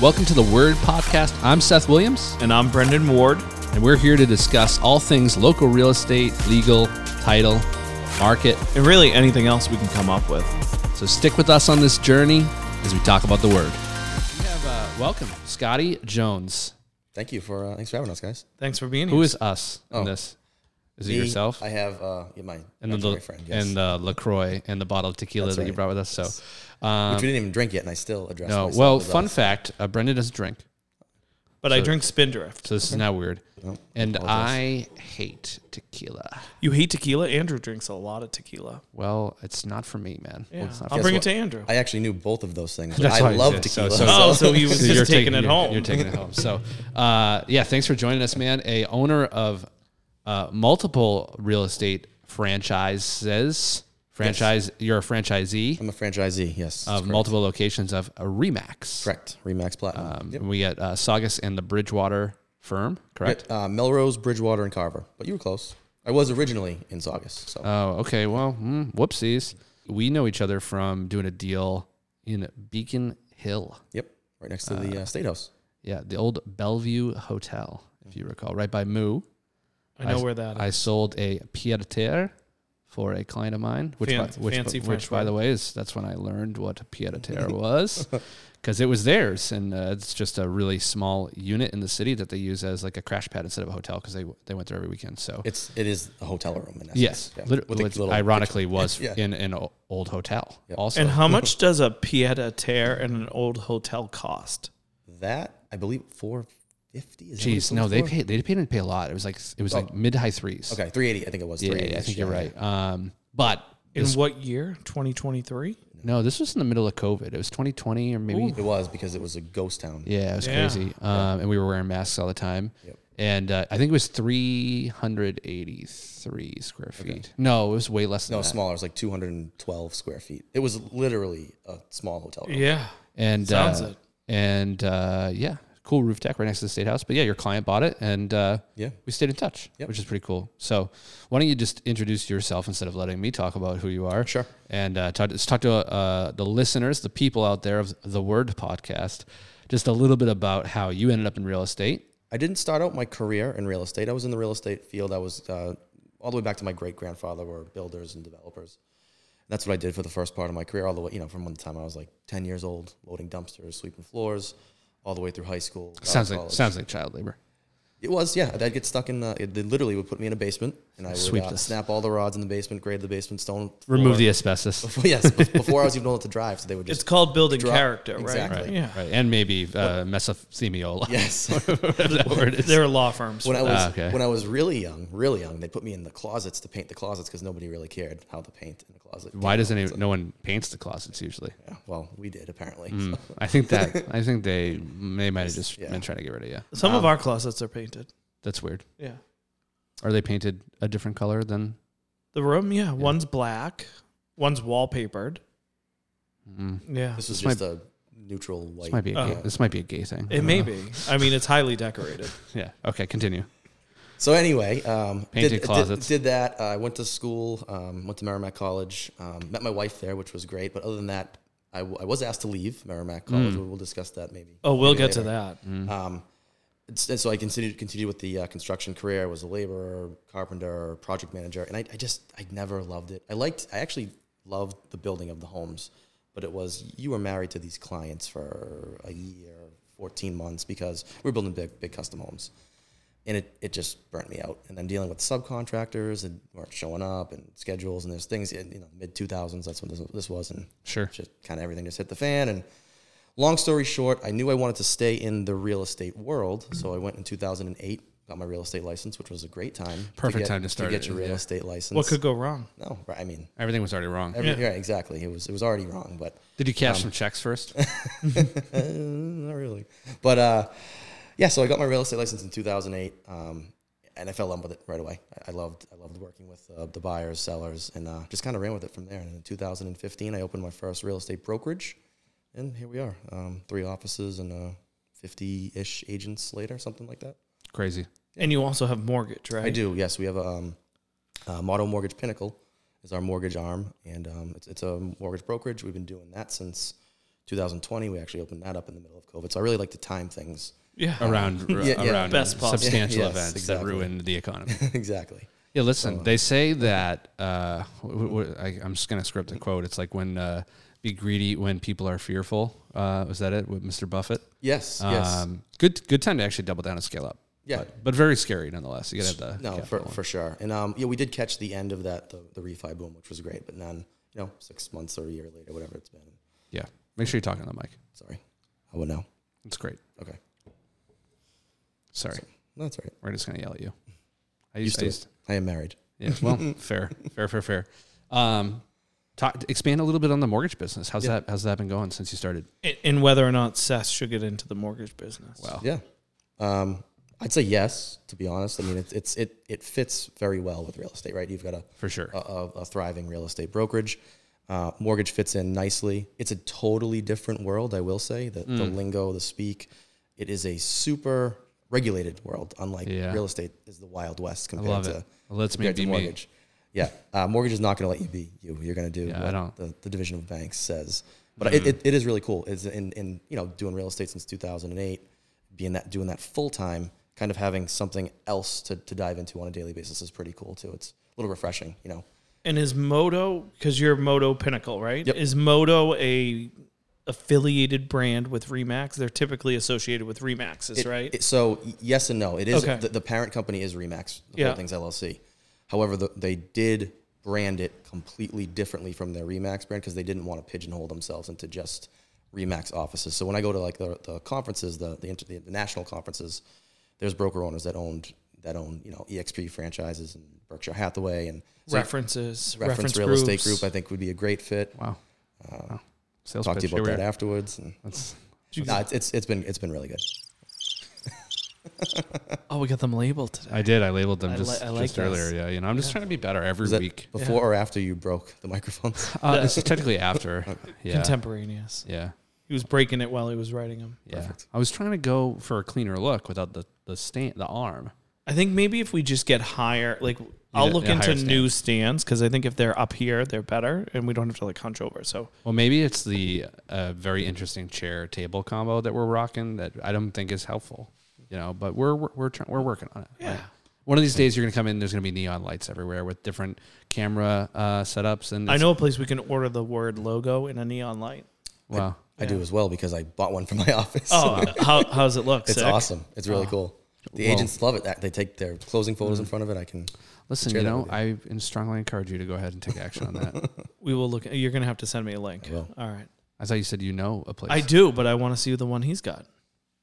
Welcome to the Word Podcast. I'm Seth Williams, And I'm Brendan Ward. and we're here to discuss all things local real estate, legal, title, market. And really anything else we can come up with. So stick with us on this journey as we talk about the Word. We have uh, welcome Scotty Jones. Thank you for uh, thanks for having us, guys. Thanks for being Who here. is us in Oh. this? Is it Me, yourself? I have uh, yeah, my and my the boyfriend, yes. and and the Lacroix and the bottle of tequila that you right. brought with us. So, which we didn't even drink yet, and I still address. uh, no. myself Well, as fun us. fact: uh, Brendan doesn't drink. But I drink Spindrift. So this is not weird. and I apologize. hate tequila. You hate tequila? Andrew drinks a lot of tequila. Well, it's not for me, man. Yeah. It's not I'll for- bring what? it to Andrew. I actually knew both of those things. That's I why- love yeah, so- tequila. so- oh, so he was So just taking, it you're- home. You're taking it home. So, uh, yeah, thanks for joining us, man. A owner of uh, multiple real estate franchises. Franchise. You're a franchisee I'm a franchisee. Yes, of correct. multiple locations of a Remax. correct. Remax Platinum. Um, Yep. We got uh, Saugus and the Bridgewater firm. Correct. Uh, Melrose, Bridgewater, and Carver. But you were close. I was originally in Saugus. So Oh, okay. Well, mm, whoopsies. We know each other from doing a deal in Beacon Hill. yep, right next to the uh, State House. Yeah, the old Bellevue Hotel, if you recall, right by Moo. I know where that is. I sold a pied a terre for a client of mine, which, Fancy- by, which, fancy which, French by word. the way, is that's when I learned what a pied a terre was, because it was theirs, and uh, it's just a really small unit in the city that they use as like a crash pad instead of a hotel because they they went there every weekend. So It's it is a hotel room in essence. yes, Yeah, lit- with a which little- ironically was Yeah. in an o- old hotel Yep. also. and how much does a pied a terre in an old hotel cost? that I believe four fifty. is that what Jeez, it no, goes they for? paid. They didn't pay a lot. It was like it was like mid high threes. Oh. Okay, three eighty. I think it was. yeah, 380 yeah, I -ish, think you're yeah. right. Um, but In what year? 2023? no, this was in the middle of COVID. It was 2020 or maybe It was because it was a ghost town. yeah, it was Yeah. crazy. Um, and we were wearing masks all the time. Yep. And uh, I think it was 383 square feet. No, it was way less than No, that. smaller. It was like 212 square feet. It was literally a small hotel room. Yeah. And Sounds uh, it. And uh, yeah, cool roof deck right next to the state house. But yeah, your client bought it, and uh, Yeah. we stayed in touch, Yep. which is pretty cool. So why don't you just introduce yourself instead of letting me talk about who you are? Sure. And uh, talk, just talk to uh, the listeners, the people out there of the Word Podcast, just a little bit about how you ended up in real estate. I didn't start out my career in real estate. I was in the real estate field. I was uh, all the way back to my great grandfather were builders and developers. That's what I did for the first part of my career, all the way, you know, from when the time I was like 10 years old, loading dumpsters, sweeping floors, all the way through high school. uh, sounds like college. sounds like child labor. It was, yeah. I'd get stuck in the, it, they literally would put me in a basement and I would Sweep uh, this. snap all the rods in the basement, grade the basement stone. Remove the asbestos, the. yes, bef- before I was even old enough to drive. So they would just It's called building Drop- character, right? Exactly. Right, Yeah. right? And maybe uh, mesothelioma. Yes. That word is- They're law firms. When I was Ah, okay. when I was really young, really young, they put me in the closets to paint the closets because nobody really cared how the paint in the closet. Why doesn't any, no one paints the closets usually? Hmm. Yeah, well, we did apparently. So, I think that I think they they might have just yeah. been trying to get rid of you. Some of our closets are painted. That's weird. Yeah. Are they painted a different color than? The room, yeah. One's black, one's wallpapered. Yeah. this was This just a neutral white. hmm, This Uh, might be a Oh. gay, this might be a gay thing. It may be. I mean, it's highly decorated. Yeah. Okay. Continue. So anyway, um, Painted did, did- closets. Did, that. Uh, I went to school. Um, went to Merrimack College. Um, met my wife there, which was great. But other than that, I, w- I was asked to leave Merrimack College. Hmm. We'll, we'll discuss that maybe. Oh, we'll maybe get to later. that. Um, it's- and so I continued continued with the uh, construction career. I was a laborer, carpenter, project manager, and I, I just I never loved it. I liked I actually loved the building of the homes, but it was you were married to these clients for a year, fourteen months because we were building big big custom homes, and it it just burnt me out. And then dealing with subcontractors and weren't showing up and schedules and there's things in you know mid two thousands. That's when this, this was and Sure. just kind of everything just hit the fan and long story short i knew i wanted to stay in the real estate world so i went in 2008 got my real estate license which was a great time Perfect get- time to start get it, your real yeah. estate license What could go wrong? no right, i mean Everything was already wrong. every, Yeah. yeah. exactly it was it was already wrong but Did you cash some checks first? not really but uh yeah so i got my real estate license in 2008 um and I fell in love with it right away. I- I loved, I loved working with uh, the buyers, sellers, and uh, just kind of ran with it from there. And in 2015, I opened my first real estate brokerage, and here we are, um, three offices and uh, 50-ish agents later, something like that. Crazy. And you also have mortgage, right? I do. Yes, we have a um, uh, Motto Mortgage Pinnacle is our mortgage arm, and um, it's, it's a mortgage brokerage. We've been doing that since 2020, we actually opened that up in the middle of COVID. So I really like to time things. Yeah. around r- yeah. around Best possible. substantial Yes, events exactly. that ruin the economy. exactly. Yeah, listen, they say that. Uh, w- w- I, am just gonna script a quote. It's like when uh, be greedy when people are fearful. Uh, was that it with Mr. Buffett? Yes. yes. Um, Good. Good time to actually double down and scale up. Yeah. But, but very scary nonetheless. You gotta have the No, for, capital. for sure. And um, yeah, we did catch the end of that the, the refi boom, which was great. But then you know, six months or a year later, whatever it's been. yeah. Make sure you're talking on the mic. Sorry, I would know. It's great. Okay, Sorry, no, that's all right. we're just gonna yell at you. I used, Used to I it. used I am married. Yeah. Well, fair, fair, fair, fair. Um, talk, expand a little bit on the mortgage business. How's that? How's that been going since you started? And- And whether or not Seth should get into the mortgage business. Wow. Yeah, um, I'd say yes. To be honest, I mean, it's, it's it it fits very well with real estate, right? You've got a For sure. a, a, a thriving real estate brokerage. Uh, mortgage fits in nicely. It's a totally different world, I will say. The, the Hmm. lingo, the speak, it is a super regulated world. Unlike Yeah. real estate is the wild west compared love to it. Let's me compared to be me. uh, mortgage. Yeah, uh, mortgage is not going to let you be you. You're going to do Yeah, I what don't- Hmm. The, the division of banks says. But it, it, it is really cool. It's in, in you know doing real estate since 2008, being that doing that full time, kind of having something else to, to dive into on a daily basis is pretty cool too. It's a little refreshing, you know. And is Moto because you're Moto Pinnacle, right? Yep. Is Moto a affiliated brand with Remax? They're typically associated with Remaxes, It- right? it- so y- yes and no. It is Okay. the, the parent company is Remax Yeah. Holdings LLC. However, the, they did brand it completely differently from their Remax brand because they didn't want to pigeonhole themselves into just Remax offices. So when I go to like the, the conferences, the the, inter, the the national conferences, there's broker owners that owned that own you know EXP franchises and Berkshire Hathaway and so References, reference, reference, real groups. estate group. I think would be a great fit. Wow. Wow. Sales Talk to pitch. you about Here we that are. afterwards. And, That's- no, it's, it's it's been it's been really good. Oh, we got them labeled today. I did. I labeled them I just, li- I like just earlier. this. Yeah. You know, I'm just trying to be better every Was that week. before or after you broke the microphones? Uh, this is technically after. Yeah. Contemporaneous. Yeah. He was breaking it while he was writing them. Yeah. I was trying to go for a cleaner look without the the stand, the arm. I think maybe if we just get higher, like I'll get look a higher into stand. new stands because I think if they're up here, they're better, and we don't have to like hunch over. So Well, maybe it's the uh, very interesting chair table combo that we're rocking that I don't think is helpful. You know, but we're we're we're, try- we're working on it. Yeah. One of these days, you're gonna come in. There's gonna be neon lights everywhere with different camera uh, setups. And I it's- know a place we can order the word logo in a neon light. Wow. I do as well because I bought one for my office. Oh, how how's it look? it's Sick? awesome. It's really Oh. cool. The Well- Mm. agents love it. That They take their closing photos in front of it. I can. Listen, Share you that know, with I strongly encourage you to go ahead and take action on that. We will look. You're gonna have to send me a link. I will. All right. I thought you said you know a place. I do, but I want to see the one he's got.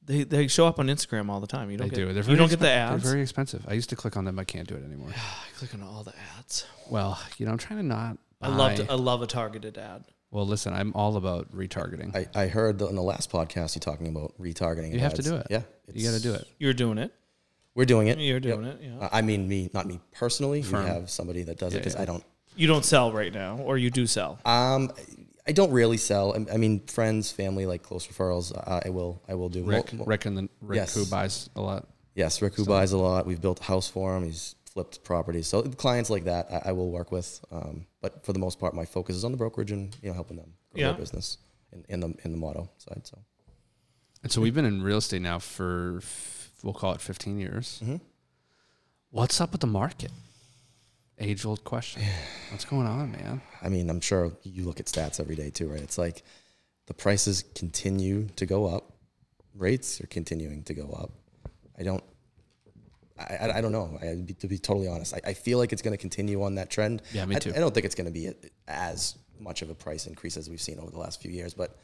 They they show up on Instagram all the time. You They don't get do. They're you very don't get the expen- ads. They're very expensive. I used to click on them. I can't do it anymore. I click on all the ads. Well, you know, I'm trying to not. I love uh, buy- I love a targeted ad. Well, listen, I'm all about retargeting. I, I heard the, in the last podcast you talking about retargeting. you have to do it. Yeah, you got to do it. You're doing it. We're doing it. You're doing it. Yeah. Uh, I mean, me, not me personally. Firm. We have somebody that does it Yeah, because yeah. I don't. You don't sell right now, or you do sell. Um, I don't really sell. I, I mean, friends, family, like close referrals. Uh, I will. I will do. mul- Rick, mul- Rick, and the Rick Yes. who buys a lot. Yes, Rick, who buys a lot. We've built a house for him. He's flipped properties. So clients like that, I, I will work with. Um, but for the most part, my focus is on the brokerage and you know helping them grow Yeah. their business and in the in the model side. So And so we've been in real estate now for, f- we'll call it 15 years. Mm-hmm. What's up with the market? Age old question. What's going on, man? I mean, I'm sure you look at stats every day too, right? It's like the prices continue to go up, rates are continuing to go up. I don't, I, I, I don't know. I, to be totally honest, I, I feel like it's going to continue on that trend. Yeah, me I- too. I, don't think it's going to be a- as much of a price increase as we've seen over the last few years, but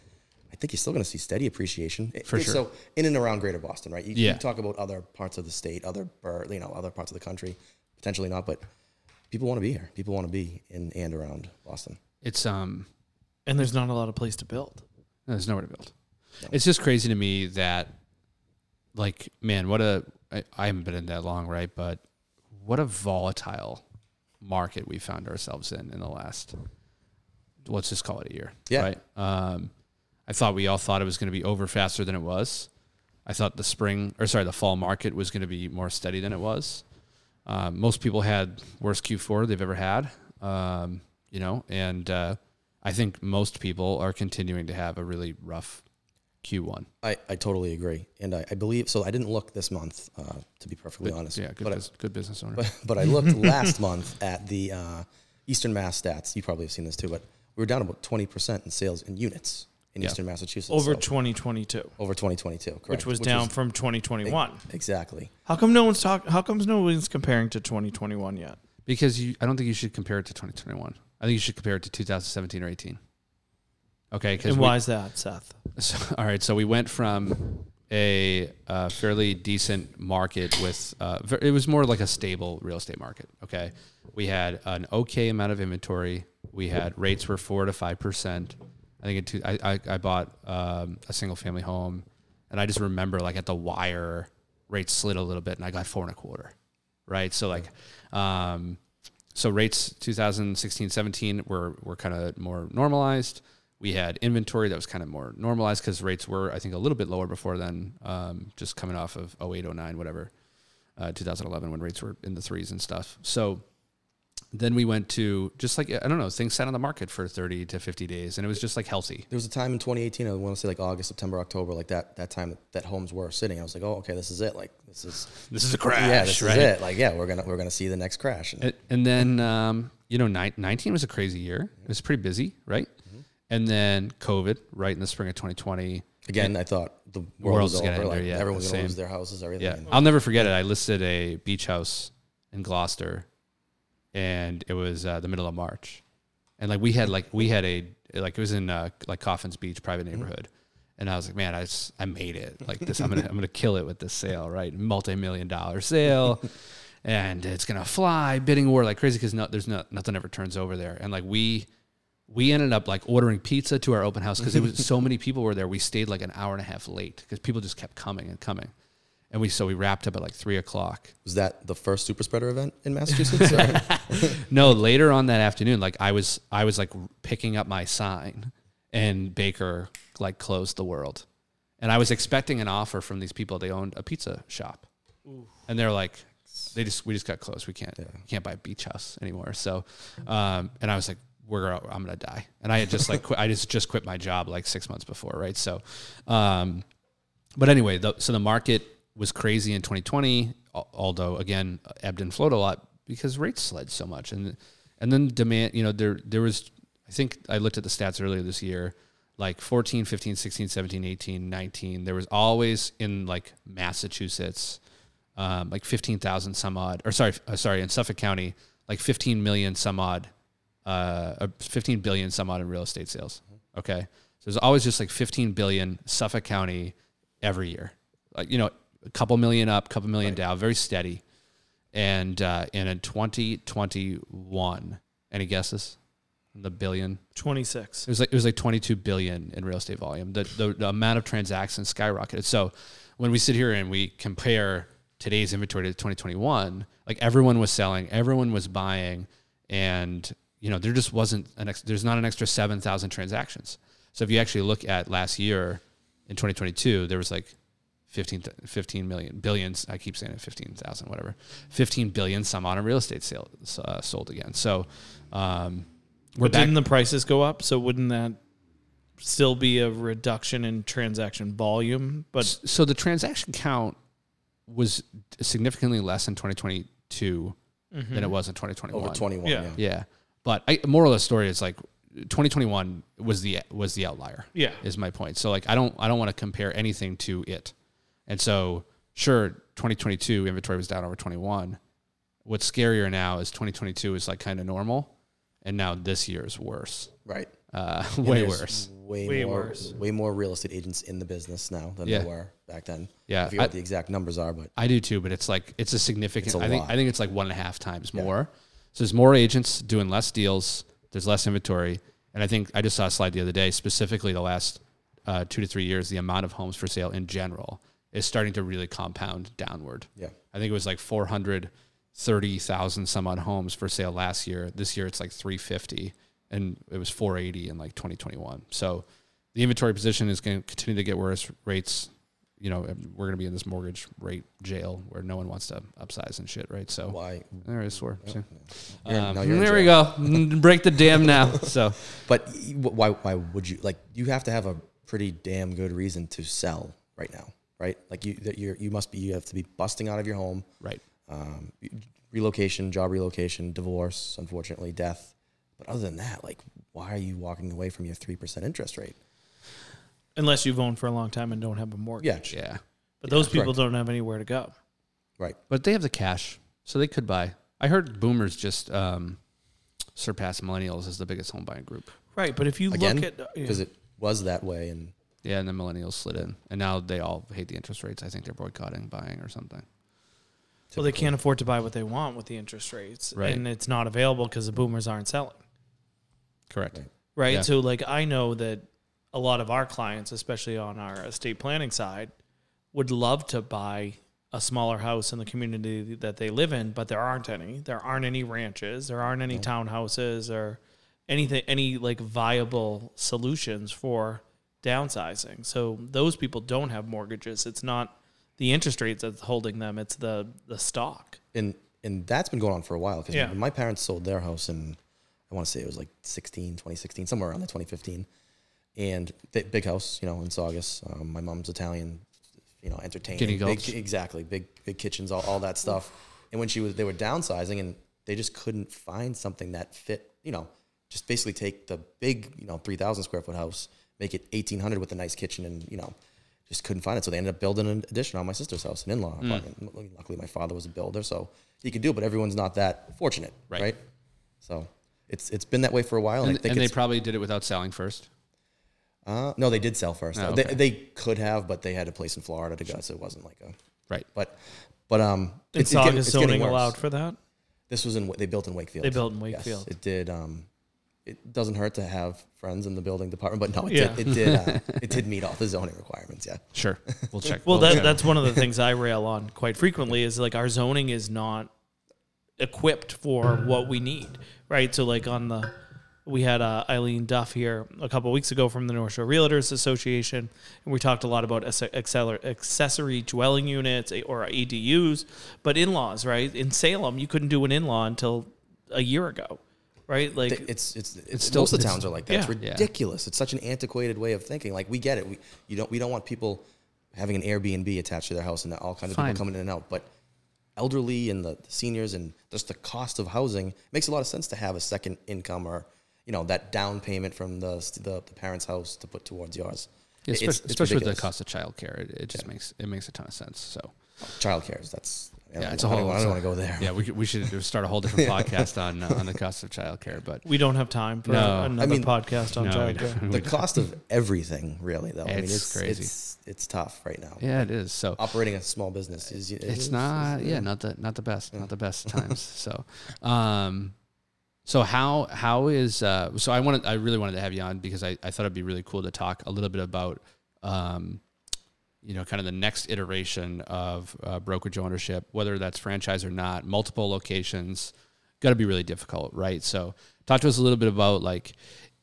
I think you're still going to see steady appreciation. For And sure. So in and around Greater Boston, right? You, Yeah. you talk about other parts of the state, other bur- you know, other parts of the country, potentially not, but people want to be here. People want to be in and around Boston. It's, um, And there's not a lot of place to build. No, there's nowhere to build. It's just crazy to me that, like, man, what a I, I haven't been in that long, right? But what a volatile market we found ourselves in in the last, let's just call it a year, Yeah. right? Um, I thought we all thought it was going to be over faster than it was. I thought the spring or sorry, the fall market was going to be more steady than it was. Um, most people had worst Q4 they've ever had, um, you know, and uh, I think most people are continuing to have a really rough Q1. I, I totally agree. And I, I believe, so I didn't look this month, uh, to be perfectly honest. Yeah, good, but, I, bus- good business owner. but, but I looked last month at the uh, Eastern Mass stats. You probably have seen this too, but we were down about 20% in sales in units in Yeah. Eastern Massachusetts. over so- 2022, over 2022, correct. which was is- down from 2021. exactly. How come no one's talk? How comes no one's comparing to 2021 yet? because you, I don't think you should compare it to 2021. I think you should compare it to 2017 or 18. Okay, because And why is that, Seth? So, all right, so we went from a uh, fairly decent market with uh, ver- it was more like a stable real estate market. Okay, we had an okay amount of inventory. We had rates were four to five percent. I think it two, I, I I bought um, a single family home, and I just remember like at the wire rates slid a little bit, and I got four and a quarter. Right, so like, um, so rates 2016 17 were, were kind of more normalized we had inventory that was kind of more normalized because rates were i think a little bit lower before then um, just coming off of 08 09 whatever uh, 2011 when rates were in the threes and stuff so then we went to just like i don't know things sat on the market for 30 to 50 days and it was just like healthy There was a time in 2018, I want to say like August, September, October, like that, that time that, that homes were sitting. I was like, oh, okay, this is it. Like, this is, this is a crash yeah, this is it. Like, yeah, we're going to, we're going to see the next crash. And And, and then, um, you know, nine- 19 was a crazy year. It was pretty busy, right? Mm-hmm. And then COVID, right in the spring of 2020. again, I thought the world World's was gonna over. end Like, there, yeah, everyone's going same. to lose their houses, everything. Yeah. And- I'll never forget it. I listed a beach house in Gloucester and it was uh, the middle of March. And like we had like, we had a, like it was in uh, like Coffin's Beach, private neighborhood. And I was like, man, I, just, I made it. Like this, I'm gonna, I'm gonna kill it with this sale, right? Multi million dollar sale, and it's gonna fly. Bidding war like crazy because no, there's no, nothing ever turns over there. And like we, we ended up like ordering pizza to our open house because it was so many people were there. We stayed like an hour and a half late because people just kept coming and coming, and we so we wrapped up at like three o'clock. Was that the first super spreader event in Massachusetts? Or- no, later on that afternoon, like I was, I was like picking up my sign, and Baker like closed the world, and I was expecting an offer from these people. They owned a pizza shop, and they're like, they just we just got closed. We can't can't buy a beach house anymore. So, um, and I was like, we're I'm gonna die, and I had just like quit, I just just quit my job like six months before, right? So, um, but anyway, the, so the market was crazy in 2020, al- although again ebbed and flowed a lot because rates slid so much, and and then demand. You know, there there was. I think I looked at the stats earlier this year, like 14, 15, 16, 17, 18, 19. There was always in like Massachusetts, um, like 15,000 some odd, or sorry, uh, sorry, in Suffolk County, like 15 million some odd, uh, uh, 15 billion some odd in real estate sales. Okay. So there's always just like 15 billion Suffolk County every year, like, you know, a couple million up, couple million down, very steady. And, uh, and in 2021, any guesses? The billion? 26. It was like it was like 22 billion in real estate volume. The, the the amount of transactions skyrocketed. So when we sit here and we compare today's inventory to 2021, like everyone was selling, everyone was buying, and you know there just wasn't an ex- there's not an extra 7,000 transactions. So if you actually look at last year in 2022, there was like 15, th- 15 million billions. I keep saying it, 15,000, whatever, 15 billion some on a real estate sale uh, sold again. So um, we're But back. didn't the prices go up? So wouldn't that still be a reduction in transaction volume? But so the transaction count was significantly less in 2022 than it Hmm. Mm-hmm. was in 2021. over 21. Yeah. Yeah. Yeah, but I, moral of the story is like 2021 was the was the outlier. Yeah. is my point. So like I don't I don't want to compare anything to it, and so sure 2022 inventory was down over 21. What's scarier now is 2022 is like kind of normal, and now this year is worse, Right. uh, And way there's worse. Way, Way more, worse. Way more real estate agents in the business now than Yeah. there were back then. Yeah, I forget I- what the exact numbers are, but I do too, but it's like it's a significant. It's a I think lot. I think it's like one and a half times more. So there's more agents doing less deals. There's less inventory, and I think I just saw a slide the other day. Specifically, the last uh, two to three years, the amount of homes for sale in general is starting to really compound downward. yeah. I think it was like four hundred thirty thousand some odd homes for sale last year. This year it's like three fifty, and it was four eighty in like twenty twenty one. So the inventory position is going to continue to get worse. Rates you know, we're going to be in this mortgage rate jail where no one wants to upsize and shit, right? So Why? there is swear. so. You're- Um, now you're in there we go. Break the dam now. So But y- why? Why would you like? You have to have a pretty damn good reason to sell right now, right? Like you, that you're, you must be. You have to be busting out of your home. right. Um, relocation, job relocation, divorce, unfortunately, death. But other than that, like, why are you walking away from your three percent interest rate? unless you've owned for a long time and don't have a mortgage. Yeah, Yeah. but those people correct. don't have anywhere to go. right. But they have the cash, so they could buy. I heard boomers just um, surpass millennials as the biggest home buying group. Right, but if you Again, look at uh, because it was that way, and Yeah, and the millennials slid in, and now they all hate the interest rates. I think they're boycotting buying or something. well, they can't afford to buy what they want with the interest rates, Right. and it's not available because the boomers aren't selling. Correct. Right, Yeah. so like I know that a lot of our clients, especially on our estate planning side, would love to buy a smaller house in the community that they live in, but there aren't any. There aren't any ranches. There aren't any townhouses or anything, any like viable solutions for downsizing. So those people don't have mortgages. It's not the interest rates that's holding them. It's the the stock. and and that's been going on for a while because Yeah. my parents sold their house in i want to say it was like 16 2016 somewhere around the 2015 and th- big house you know in saugus um, my mom's italian you know entertaining Guinea big, gulch. exactly big big kitchens all, all that stuff and when she was they were downsizing and they just couldn't find something that fit you know just basically take the big you know 3000 square foot house make it 1800 with a nice kitchen and you know just couldn't find it. So they ended up building an addition on my sister's house, an Mm. in-law apartment. Luckily- Luckily, my father was a builder, so he could do it. But everyone's not that fortunate, Right. right? So it's it's been that way for a while, and, And, I think and they it's, probably did it without selling first. uh, no, they did sell first. Oh, okay. they, they could have, but they had a place in Florida to go, so it wasn't like a Right. but but um. And it's, it's getting- stock is it's getting zoning worse. allowed for that. This was in Wa- they built in Wakefield. They built in Yes, Wakefield. it did. Um, it doesn't hurt to have friends in the building department, but no, it Yeah. did. It did. Uh, it did meet all the zoning requirements. Yeah. Sure. We'll check. Well, that, check. that's one of the things I rail on quite frequently is like our zoning is not equipped for what we need, right? So, like on the, we had uh, Eileen Duff here a couple weeks ago from the North Shore Realtors Association, and we talked a lot about acce- acceler- accessory dwelling units eh, or ADUs, but in laws, right? In Salem, you couldn't do an in law until a year ago, right? Like, Th- it's it's it's still- still most of the it's- towns are like that. It's yeah. Yeah. ridiculous. It's such an antiquated way of thinking. Like we get it. We you don't we don't want people having an Airbnb attached to their house and all kinds Fine. of people coming in and out. But elderly and the, the seniors and just the cost of housing it makes a lot of sense to have a second income or you know that down payment from the the, the parents' house to put towards yours. Yeah, It- especially especially with the ridiculous. cost of childcare, it, it just makes it makes a ton of sense. So Child cares. That's yeah, I it's a don't, whole. I don't want to go there. Yeah, we, could- we should start a whole different podcast on uh, on the cost of childcare, but we don't have time for No. another I mean- podcast No, on we childcare. don't. The cost of everything, really, though. I mean, It's it's crazy. It's, it's tough right now. yeah, it is. So Operating a small business is it's is- not is- yeah not the not the best not the best times so um so how how is uh so i wanted i really wanted to have you on because i, I thought it'd be really cool to talk a little bit about um you know kind of the next iteration of uh, brokerage ownership whether that's franchise or not multiple locations got to be really difficult right so talk to us a little bit about like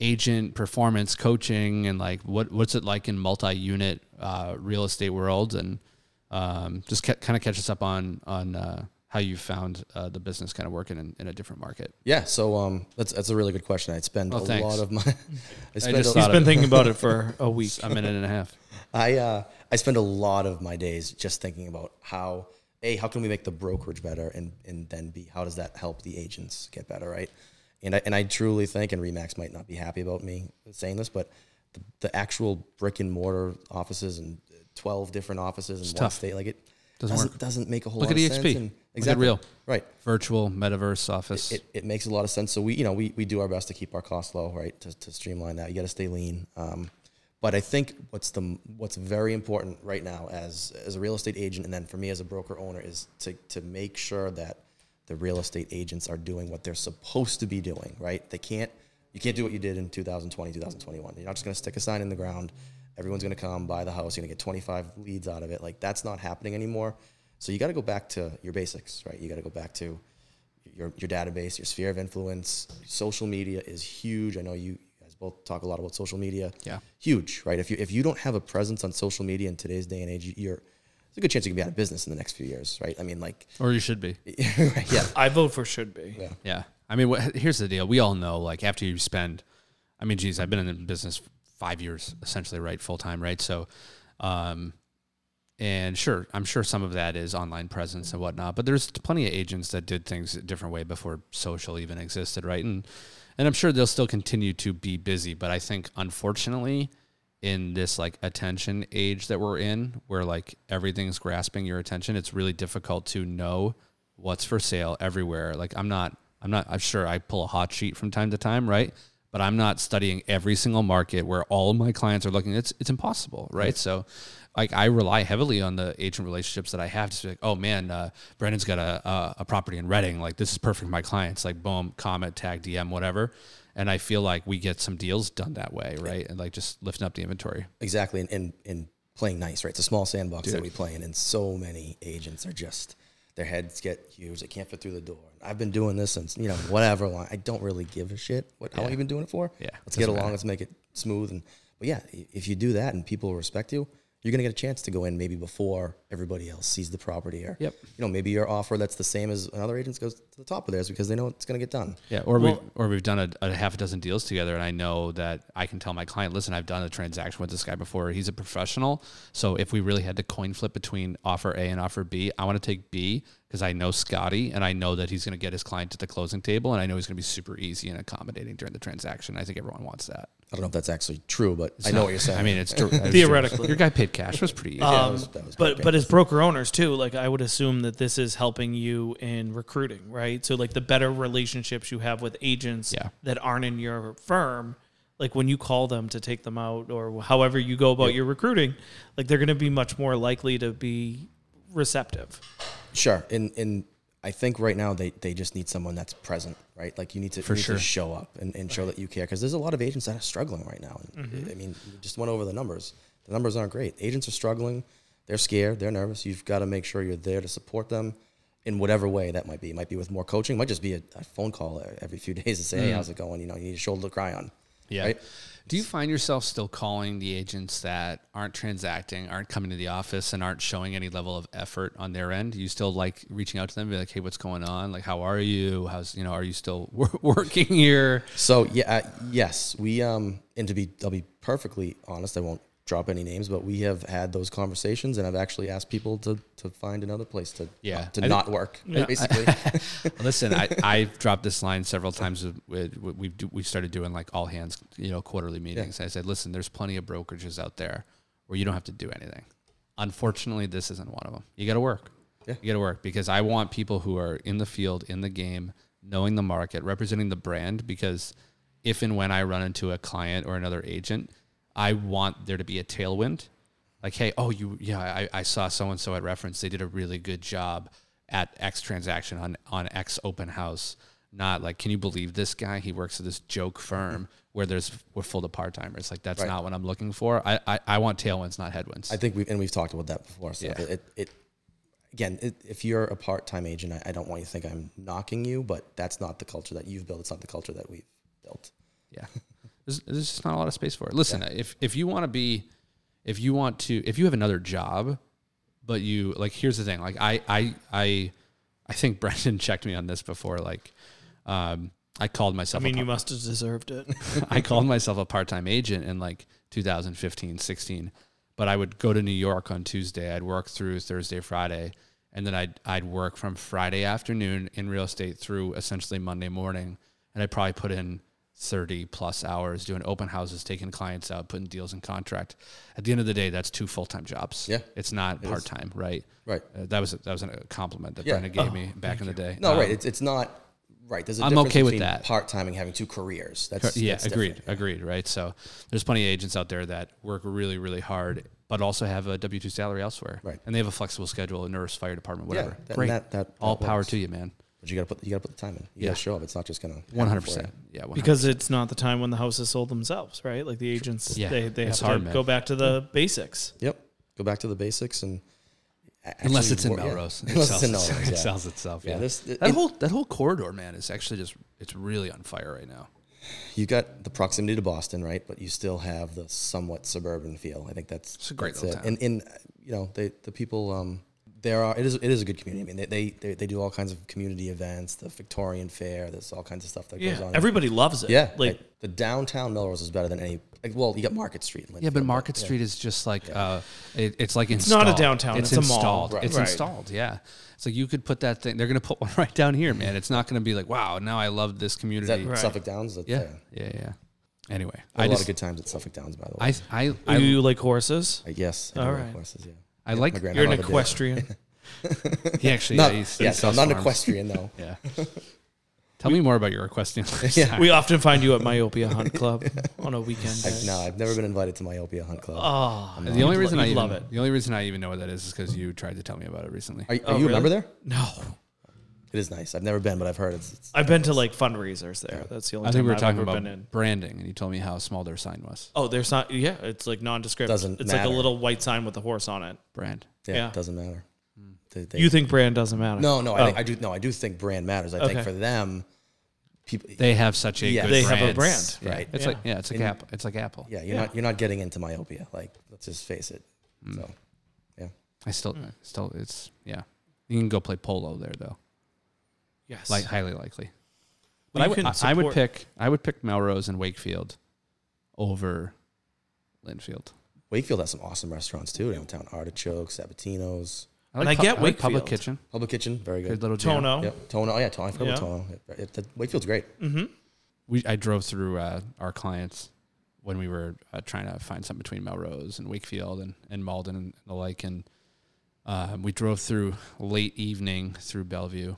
agent performance coaching and like what what's it like in multi-unit uh, real estate world and um, just ca- kind of catch us up on on uh, how you found uh, the business kind of working in, in a different market. Yeah, so um, that's that's a really good question. I spend Oh, a thanks. lot of my. I spend just a, thought He's of been it. thinking about it for oh, a week. A minute and a half. I uh, I spend a lot of my days just thinking about how a how can we make the brokerage better, and and then b how does that help the agents get better, right? And I and I truly think, and Remax might not be happy about me saying this, but the, the actual brick and mortar offices and twelve different offices in one tough. state, like it Doesn't doesn't doesn't, work. make a whole Look lot at of EXP. sense. and- Look at Real. right. Virtual metaverse office. it, it makes a lot of sense. So we, you know, we, we do our best to keep our costs low, right? To, to streamline that, you got to stay lean. Um, but I think what's the what's very important right now as as a real estate agent, and then for me as a broker owner, is to to make sure that the real estate agents are doing what they're supposed to be doing, right? They can't you can't do what you did in 2020, 2021. You're not just going to stick a sign in the ground. Everyone's going to come buy the house. You're going to get 25 leads out of it. Like that's not happening anymore. So you got to go back to your basics, right? You got to go back to your, your database, your sphere of influence. Social media is huge. I know you guys both talk a lot about social media. Yeah. Huge, right? If you if you don't have a presence on social media in today's day and age, you're there's a good chance you can be out of business in the next few years, right? I mean, like, Or you should be. yeah, I vote for should be. Yeah. Yeah. I mean, what, here's the deal. We all know, like, after you spend, I mean, geez, I've been in the business five years, essentially, right? Full time, right? So, um, and sure, I'm sure some of that is online presence and whatnot, but there's plenty of agents that did things a different way before social even existed, right? And, and I'm sure they'll still continue to be busy, but I think unfortunately, in this like attention age that we're in, where like everything's grasping your attention, it's really difficult to know what's for sale everywhere. Like I'm not, I'm not, I'm sure I pull a hot sheet from time to time, right? But I'm not studying every single market where all of my clients are looking. It's it's impossible, right? So, like I rely heavily on the agent relationships that I have to be like, oh man, uh, Brandon's got a, a a property in Reading, like this is perfect for my clients. Like boom, comment, tag, DM, whatever. And I feel like we get some deals done that way, right? And like just lifting up the inventory. exactly. And, and and playing nice, right? It's a small sandbox that we play in, and so many agents are just their heads get huge. They can't fit through the door. I've been doing this since you know whatever. Long. I don't really give a shit what how long you've been doing it for. Yeah, let's get doesn't along. matter. Let's make it smooth. And but yeah, i- if you do that and people respect you. You're gonna get a chance to go in maybe before everybody else sees the property, or Yep. you know maybe your offer that's the same as another agent's goes to the top of theirs because they know it's gonna get done. Yeah, or Well- we've or we've done a, a half a dozen deals together, and I know that I can tell my client, listen, I've done a transaction with this guy before. He's a professional, so if we really had to coin flip between offer A and offer B, I want to take B because I know Scotty, and I know that he's going to get his client to the closing table, and I know he's going to be super easy and accommodating during the transaction. I think everyone wants that. I don't know if that's actually true, but I know what you're saying. Uh, I mean, it's true. Theoretically. your guy paid cash was pretty easy. that was- that was Um, but my but as broker owners too, like I would assume that this is helping you in recruiting, right? So like the better relationships you have with agents Yeah. that aren't in your firm, like when you call them to take them out or however you go about your recruiting, like they're going to be much more likely to be receptive. Sure. And and I think right now they, they just need someone that's present, right? Like you need to, you need sure. to show up and, and show that you care because there's a lot of agents that are struggling right now. And Mm-hmm. I mean, we just went over the numbers. The numbers aren't great. Agents are struggling. They're scared. They're nervous. You've got to make sure you're there to support them in whatever way that might be. It might be with more coaching. It might just be a, a phone call every few days to say, hey, how's it going? You know, you need a shoulder to cry on. Mm. Yeah. Right? Do you find yourself still calling the agents that aren't transacting, aren't coming to the office, and aren't showing any level of effort on their end? Do you still like reaching out to them, and be like, "Hey, what's going on? Like, how are you? How's you know? Are you still wor- working here?" So yeah, uh, yes, we um, and to be, I'll be perfectly honest, I won't drop any names, but we have had those conversations, and I've actually asked people to to find another place to uh, Yeah. to I think- not work basically. Listen, I, I've dropped this line several times. with- with- with- We've do- we've started doing like all hands, you know, quarterly meetings. I said, "Listen, there's plenty of brokerages out there where you don't have to do anything. Unfortunately, this isn't one of them. You got to work. Yeah. You got to work because I want people who are in the field, in the game, knowing the market, representing the brand. Because if and when I run into a client or another agent, I want there to be a tailwind like, hey, oh, you, yeah, I, I saw so and so at reference. They did a really good job at X transaction on on X open house. Not like, can you believe this guy? He works at this joke firm where there's we're full of part timers. Like that's not what I'm looking for. I, I I want tailwinds, not headwinds. I think we've and we've talked about that before. So Yeah. it, it again, it, if you're a part time agent, I, I don't want you to think I'm knocking you, but that's not the culture that you've built. It's not the culture that we've built. yeah, there's, there's just not a lot of space for it. Listen, if if you want to be, if you want to, if you have another job, but you like here's the thing like i i i i think brendan checked me on this before like um i called I myself mean, a you must have deserved it. I called myself a part-time agent in like 2015, 16. But I would go to New York on Tuesday. I'd work through Thursday, Friday, and then I'd I'd work from Friday afternoon in real estate through essentially Monday morning. And I'd probably put in 30 plus hours doing open houses, taking clients out, putting deals in contract. At the end of the day, that's two full-time jobs. Yeah. It's not part-time, right? Right. Uh, that was that was a compliment that Yeah. Oh, Brendan gave me back in the day. No, Um, right. It's it's not right. There's a I'm difference okay with between that. part time and having two careers. That's yeah, that's different. agreed, agreed, right? So there's plenty of agents out there that work really, really hard, but also have a W two salary elsewhere, Right. And they have a flexible schedule, a nurse, fire department, Yeah, whatever. that- Great, that- that- all that power works. to you, man. But you gotta put you gotta put the time in. You Yeah. gotta show up. It's not just gonna happen One hundred for you. percent. Yeah, 100%. because it's not the time when the house is sold themselves, right? Like the agents, Yeah, they, they have it's to hard, man. go back to the basics. Yep. Go back to the basics and a- unless actually it's in wor- yeah. Melrose, it Unless sells it's in itself- Melrose. it yeah. sells itself. Yeah, Yeah, this- that it- whole that whole corridor, man, is actually just it's really on fire right now. you got the proximity to Boston, right? But you still have the somewhat suburban feel. I think that's It's a great that's little it. town. And and uh, you know they, the people um, there are it is it is a good community. I mean they, they they they do all kinds of community events, the Victorian Fair. There's all kinds of stuff that goes Yeah, on. everybody loves it. yeah, like like the downtown Melrose is better than any. Like, well, you got Market Street. And Yeah, but Lynfield, Market Street is just like uh, it, it's like It's installed. not a downtown, It's, it's a mall. installed. Right. It's Right. installed. Yeah, it's like you could put that thing. They're gonna put one right down here, man. It's not gonna be like, wow, now I love this Is that community. Right. Suffolk Downs? That's, Yeah, yeah. yeah, yeah. Anyway, I I had a lot of just good times at Suffolk Downs, by the way. I I do I, you like horses? I, yes. I All do right. like horses, yeah. I like grandma- You're an love it, yeah. equestrian. he actually. Not, yeah, he's, yes, he's I'm South not an Farms. equestrian though. Yeah. Tell me more about your equestrian. Yeah. we often find you at Myopia Hunt Club on a weekend. I've, no, I've never been invited to Myopia Hunt Club. Oh, The only You'd reason lo- I you'd even, love it. The only reason I even know what that is is because you tried to tell me about it recently. are, are oh, you a member really? there? no. It is nice. I've never been, but I've heard it's, it's I've been to like fundraisers there. That's the only I time think we were I've talking ever about been in. branding, and you told me how small their sign was. Oh, there's not. Yeah, it's like nondescript. Doesn't it's like a matter. little white sign with a horse on it. Brand. yeah, Yeah. It doesn't matter. They- they- You think brand doesn't matter? no, no. I, Oh. think, I do. No, I do think brand matters. I Okay. think for them, people. They have such a Yeah, good they brand. have a brand. Yeah. Right. It's Yeah. like yeah, it's like Apple. It's like Apple. yeah, you're not you're not getting into myopia. Like, let's just face it. So, yeah, Mm. I still Hmm. still it's yeah. You can go play polo there though. Yes. Like highly likely. But Well, I you would can I, I would support- pick I would pick Melrose and Wakefield over Linfield. Wakefield has some awesome restaurants too downtown. Artichokes, Sabatinos, I And I get like public Wakefield. kitchen. Public Kitchen, very Good good. little jam. Tono. Mm-hmm. Yep, Tono. Oh yeah, Tono. I forgot about Yeah. Tono. It- it- that- Wakefield's great. we I drove through uh, our clients when we were uh, trying to find something between Melrose and Wakefield and, and Malden and the like, and um, we drove through late evening through Bellevue,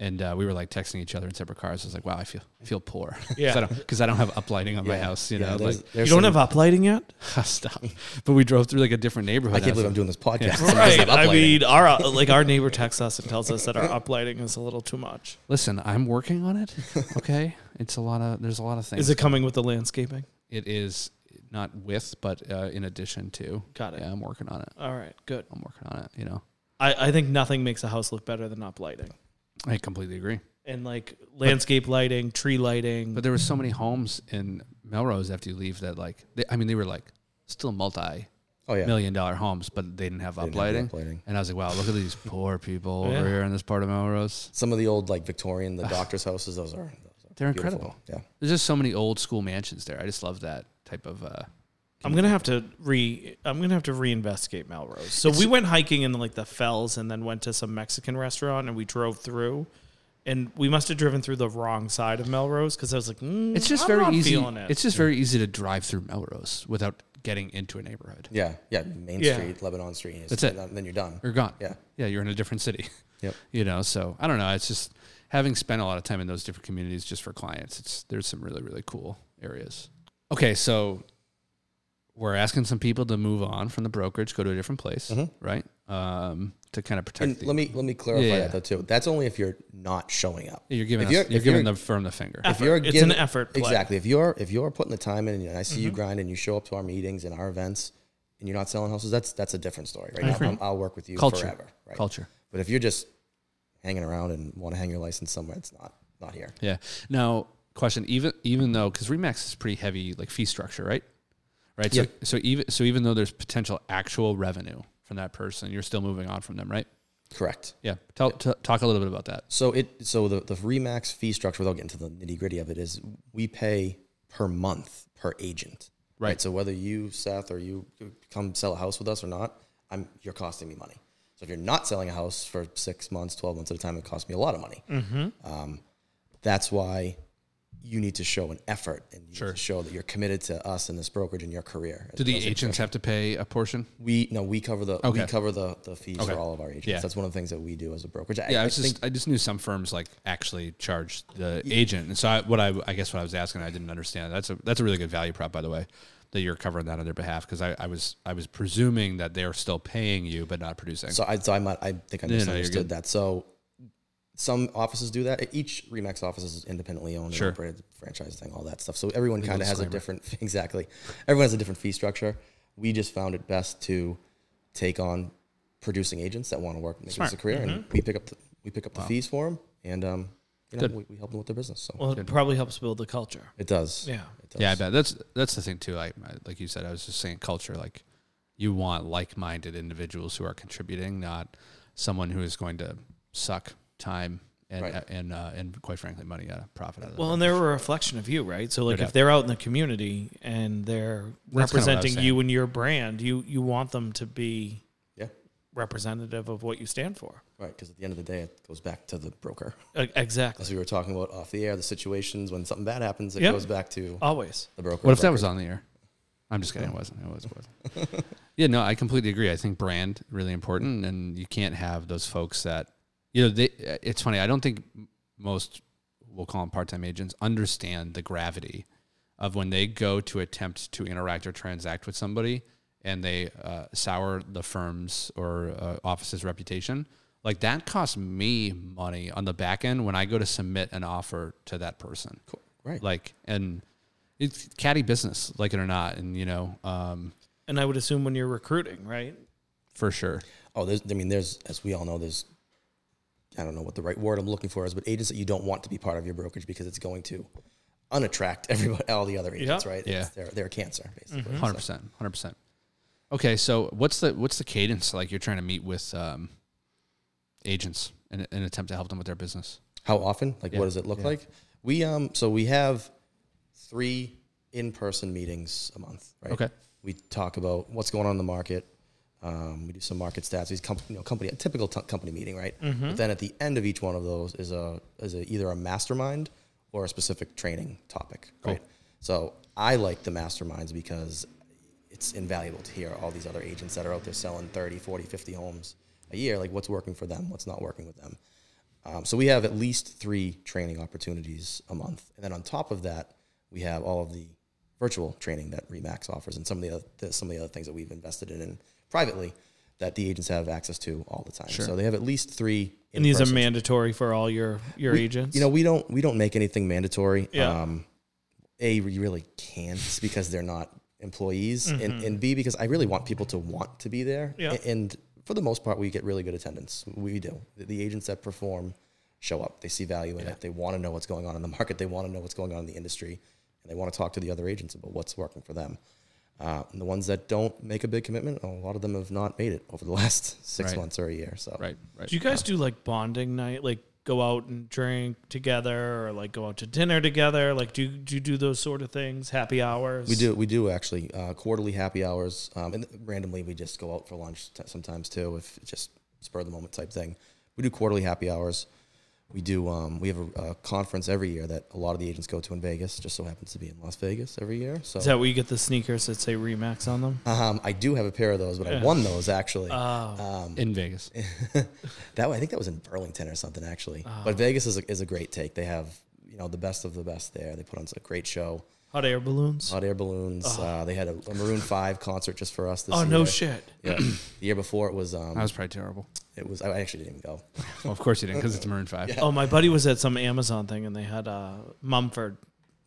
and uh, we were like texting each other in separate cars. I was like, "Wow, I feel I feel poor Yeah. because I, don't have uplighting on my Yeah, house, you yeah, know." there's- Like, You there's don't some- have uplighting yet? stop. But we drove through like a different neighborhood. I and can't was believe I'm doing this podcast. Right. I mean, our uh, like our neighbor texts us and tells us that our uplighting is a little too much. like, Listen, I'm working on it. Okay, it's a lot of there's a lot of things. Is it coming with the landscaping? it is not with, but uh, in addition to. Got it. Yeah, I'm working on it. All right, good. I'm working on it. You know. I, I think nothing makes a house look better than uplighting. I completely agree. And like landscape lighting, tree lighting. But there were so many homes in Melrose after you leave that like they, I mean they were like still multi Oh yeah, million dollar homes, but they didn't have Didn't have the uplighting. uplighting. And I was like, wow, look at these poor people Yeah. over here in this part of Melrose. Some of the old like Victorian, the doctors' houses. Those are those are They're beautiful. incredible. Yeah. There's just so many old school mansions there. I just love that type of. Uh, I'm gonna have to re I'm gonna have to reinvestigate Melrose. So we went hiking in like the fells and then went to some Mexican restaurant and we drove through. And we must have driven through the wrong side of Melrose because I was like, mm, it's just I'm very not easy. Feeling it. It's just very easy to drive through Melrose without getting into a neighborhood. Yeah, yeah, Main Yeah. Street, Lebanon Street. and That's it's- it. and Then you're done. You're gone. Yeah. yeah, you're in a different city. Yep. You know, so I don't know. It's just having spent a lot of time in those different communities just for clients. It's there's some really really cool areas. Okay, so we're asking some people to move on from the brokerage, go to a different place, right? Um, to kind of protect. Mm-hmm. And the, let me let me clarify Yeah, yeah. that though too. That's only if you're not showing up. you're giving if us, you're- you're, if giving you're- the firm the finger. Effort. If you're It's giving- an effort play. Exactly. If you're if you're putting the time in, and I see Mm-hmm. you grind, and you show up to our meetings and our events, and you're not selling houses, that's that's a different story, right? I'll, I'll work with you Culture. forever, right? Culture. But if you're just hanging around and want to hang your license somewhere, it's not not here. Yeah. Now, question. Even even though because Remax is pretty heavy like fee structure, right? Right. Yep. So so even so even though there's potential actual revenue from that person, you're still moving on from them, right? Correct. Yeah. Tell, t- talk a little bit about that. So it so the the Remax fee structure, without getting to the nitty gritty of it, is we pay per month per agent. Right. So whether you Seth or you come sell a house with us or not, I'm you're costing me money. So if you're not selling a house for six months, twelve months at a time, it costs me a lot of money. Mm-hmm. Um, that's why you need to show an effort and you need to show that you're committed to us and this brokerage and your career. Do the agents have to pay a portion? we no we cover the Okay. we cover the, the fees Okay. for all of our agents. Yeah. That's one of the things that we do as a brokerage. Yeah, I, was just I just knew some firms like actually charge the agent, and so I, what I I guess what I was asking I didn't understand. That's a that's a really good value prop by the way that you're covering that on their behalf because I, I was I was presuming that they are still paying you but not producing. So I, so I might, I think I no, you're good. misunderstood that. So some offices do that. Each Remax office is independently owned, Sure. and operated, franchise thing, all that stuff. So everyone kind of has a disclaimer. different, exactly. Everyone has a different fee structure. We just found it best to take on Mm-hmm. producing agents that want to work, and make this a career, and we pick up the, we pick up the fees for them, and um, you Good. know, we, we help them with their business. So Well, it probably helps build the culture. it does. Yeah. It does. Yeah, I bet that's that's the thing too. Like like you said, I was just saying culture. Like you want like-minded individuals who are contributing, not someone who is going to suck time and Right. and uh, and quite frankly, money out of profit out of. Well, it. and they're a reflection of you, right? So, like, doubt. if they're out in the community and they're That's kinda what I was representing you saying. and your brand, you you want them to be Yeah. representative of what you stand for. Right. Because at the end of the day, it goes back to the broker. E- Exactly. As we were talking about off the air, the situations when something bad happens, it Yeah. goes back Uh, to Always. the broker. what if that was on the air? I'm just kidding. It wasn't. It was. It wasn't. yeah, no, I completely agree. I think brand really important, and you can't have those folks that you know. They. uh, It's funny. I don't think most we'll call them part-time agents understand the gravity of when they go to attempt to interact or transact with somebody and they uh, sour the firm's or uh, office's reputation like that costs me money on the back end when i go to submit an offer to that person Right. like and it's catty business like it or not and you know um, And I would assume when you're recruiting, right? for sure Oh, there's, I mean, there's, as we all know, there's, I don't know what the right word I'm looking for is, but agents that you don't want to be part of your brokerage because it's going to unattract everybody, all the other agents, Yeah. right? Yeah. Mm-hmm. It's, they're, they're a cancer, basically. 100% 100% okay so what's the what's the cadence like you're trying to meet with um, agents and, and attempt to help them with their business How often? Like, what does it look like? We, um, so we have three in person meetings a month, right? Okay. We talk about what's going on in the market. Um, we do some market stats. These comp- you know, company, a typical t- company meeting, right? But then at the end of each one of those is a is a, either a mastermind or a specific training topic, right? So I like the masterminds because it's invaluable to hear all these other agents that are out there selling 30, 40, 50 homes a year. Like what's working for them, what's not working with them. Um, so we have at least three training opportunities a month, and then on top of that, we have all of the virtual training that Remax offers, and some of the other, the- some of the other things that we've invested in, in privately that the agents have access to all the time. So they have at least three. And these are in-person mandatory for all your your agents. you know, we don't we don't make anything mandatory. Yeah. Um, a we really can't because they're not employees, and, and B because I really want people to want to be there. Yeah. A- And for the most part, we get really good attendance. We do. The, the agents that perform show up. They see value in it. They want to know what's going on in the market. They want to know what's going on in the industry, and they want to talk to the other agents about what's working for them. Uh, and the ones that don't make a big commitment, a lot of them have not made it over the last six Right. months or a year. So right right do Oh. you guys do like bonding night, like go out and drink together, or like go out to dinner together? Like, do do you do those sort of things? Happy hours? We do. We do actually uh, quarterly happy hours, um, and randomly we just go out for lunch t- sometimes too, if it's just spur of the moment type thing. We do quarterly happy hours. We do. Um, we have a, a conference every year that a lot of the agents go to in Vegas. Just so happens to be in Las Vegas every year. So Is that where you get the sneakers that say Remax on them? Oh, um, I do have a pair of those, but I won those actually. Uh, Um, in vegas that way, I think that was in Burlington or something actually. Oh. But Vegas is a, is a great take. They have you know the best of the best there. They put on a great show. Hot air balloons? Hot air balloons. Uh, they had a, a Maroon Five concert just for us this oh year. no shit! Yeah. the year before it was um that was probably terrible it was I actually didn't even go. well, of course you didn't because it's maroon 5 Oh, my buddy was at some Amazon thing and they had uh, Mumford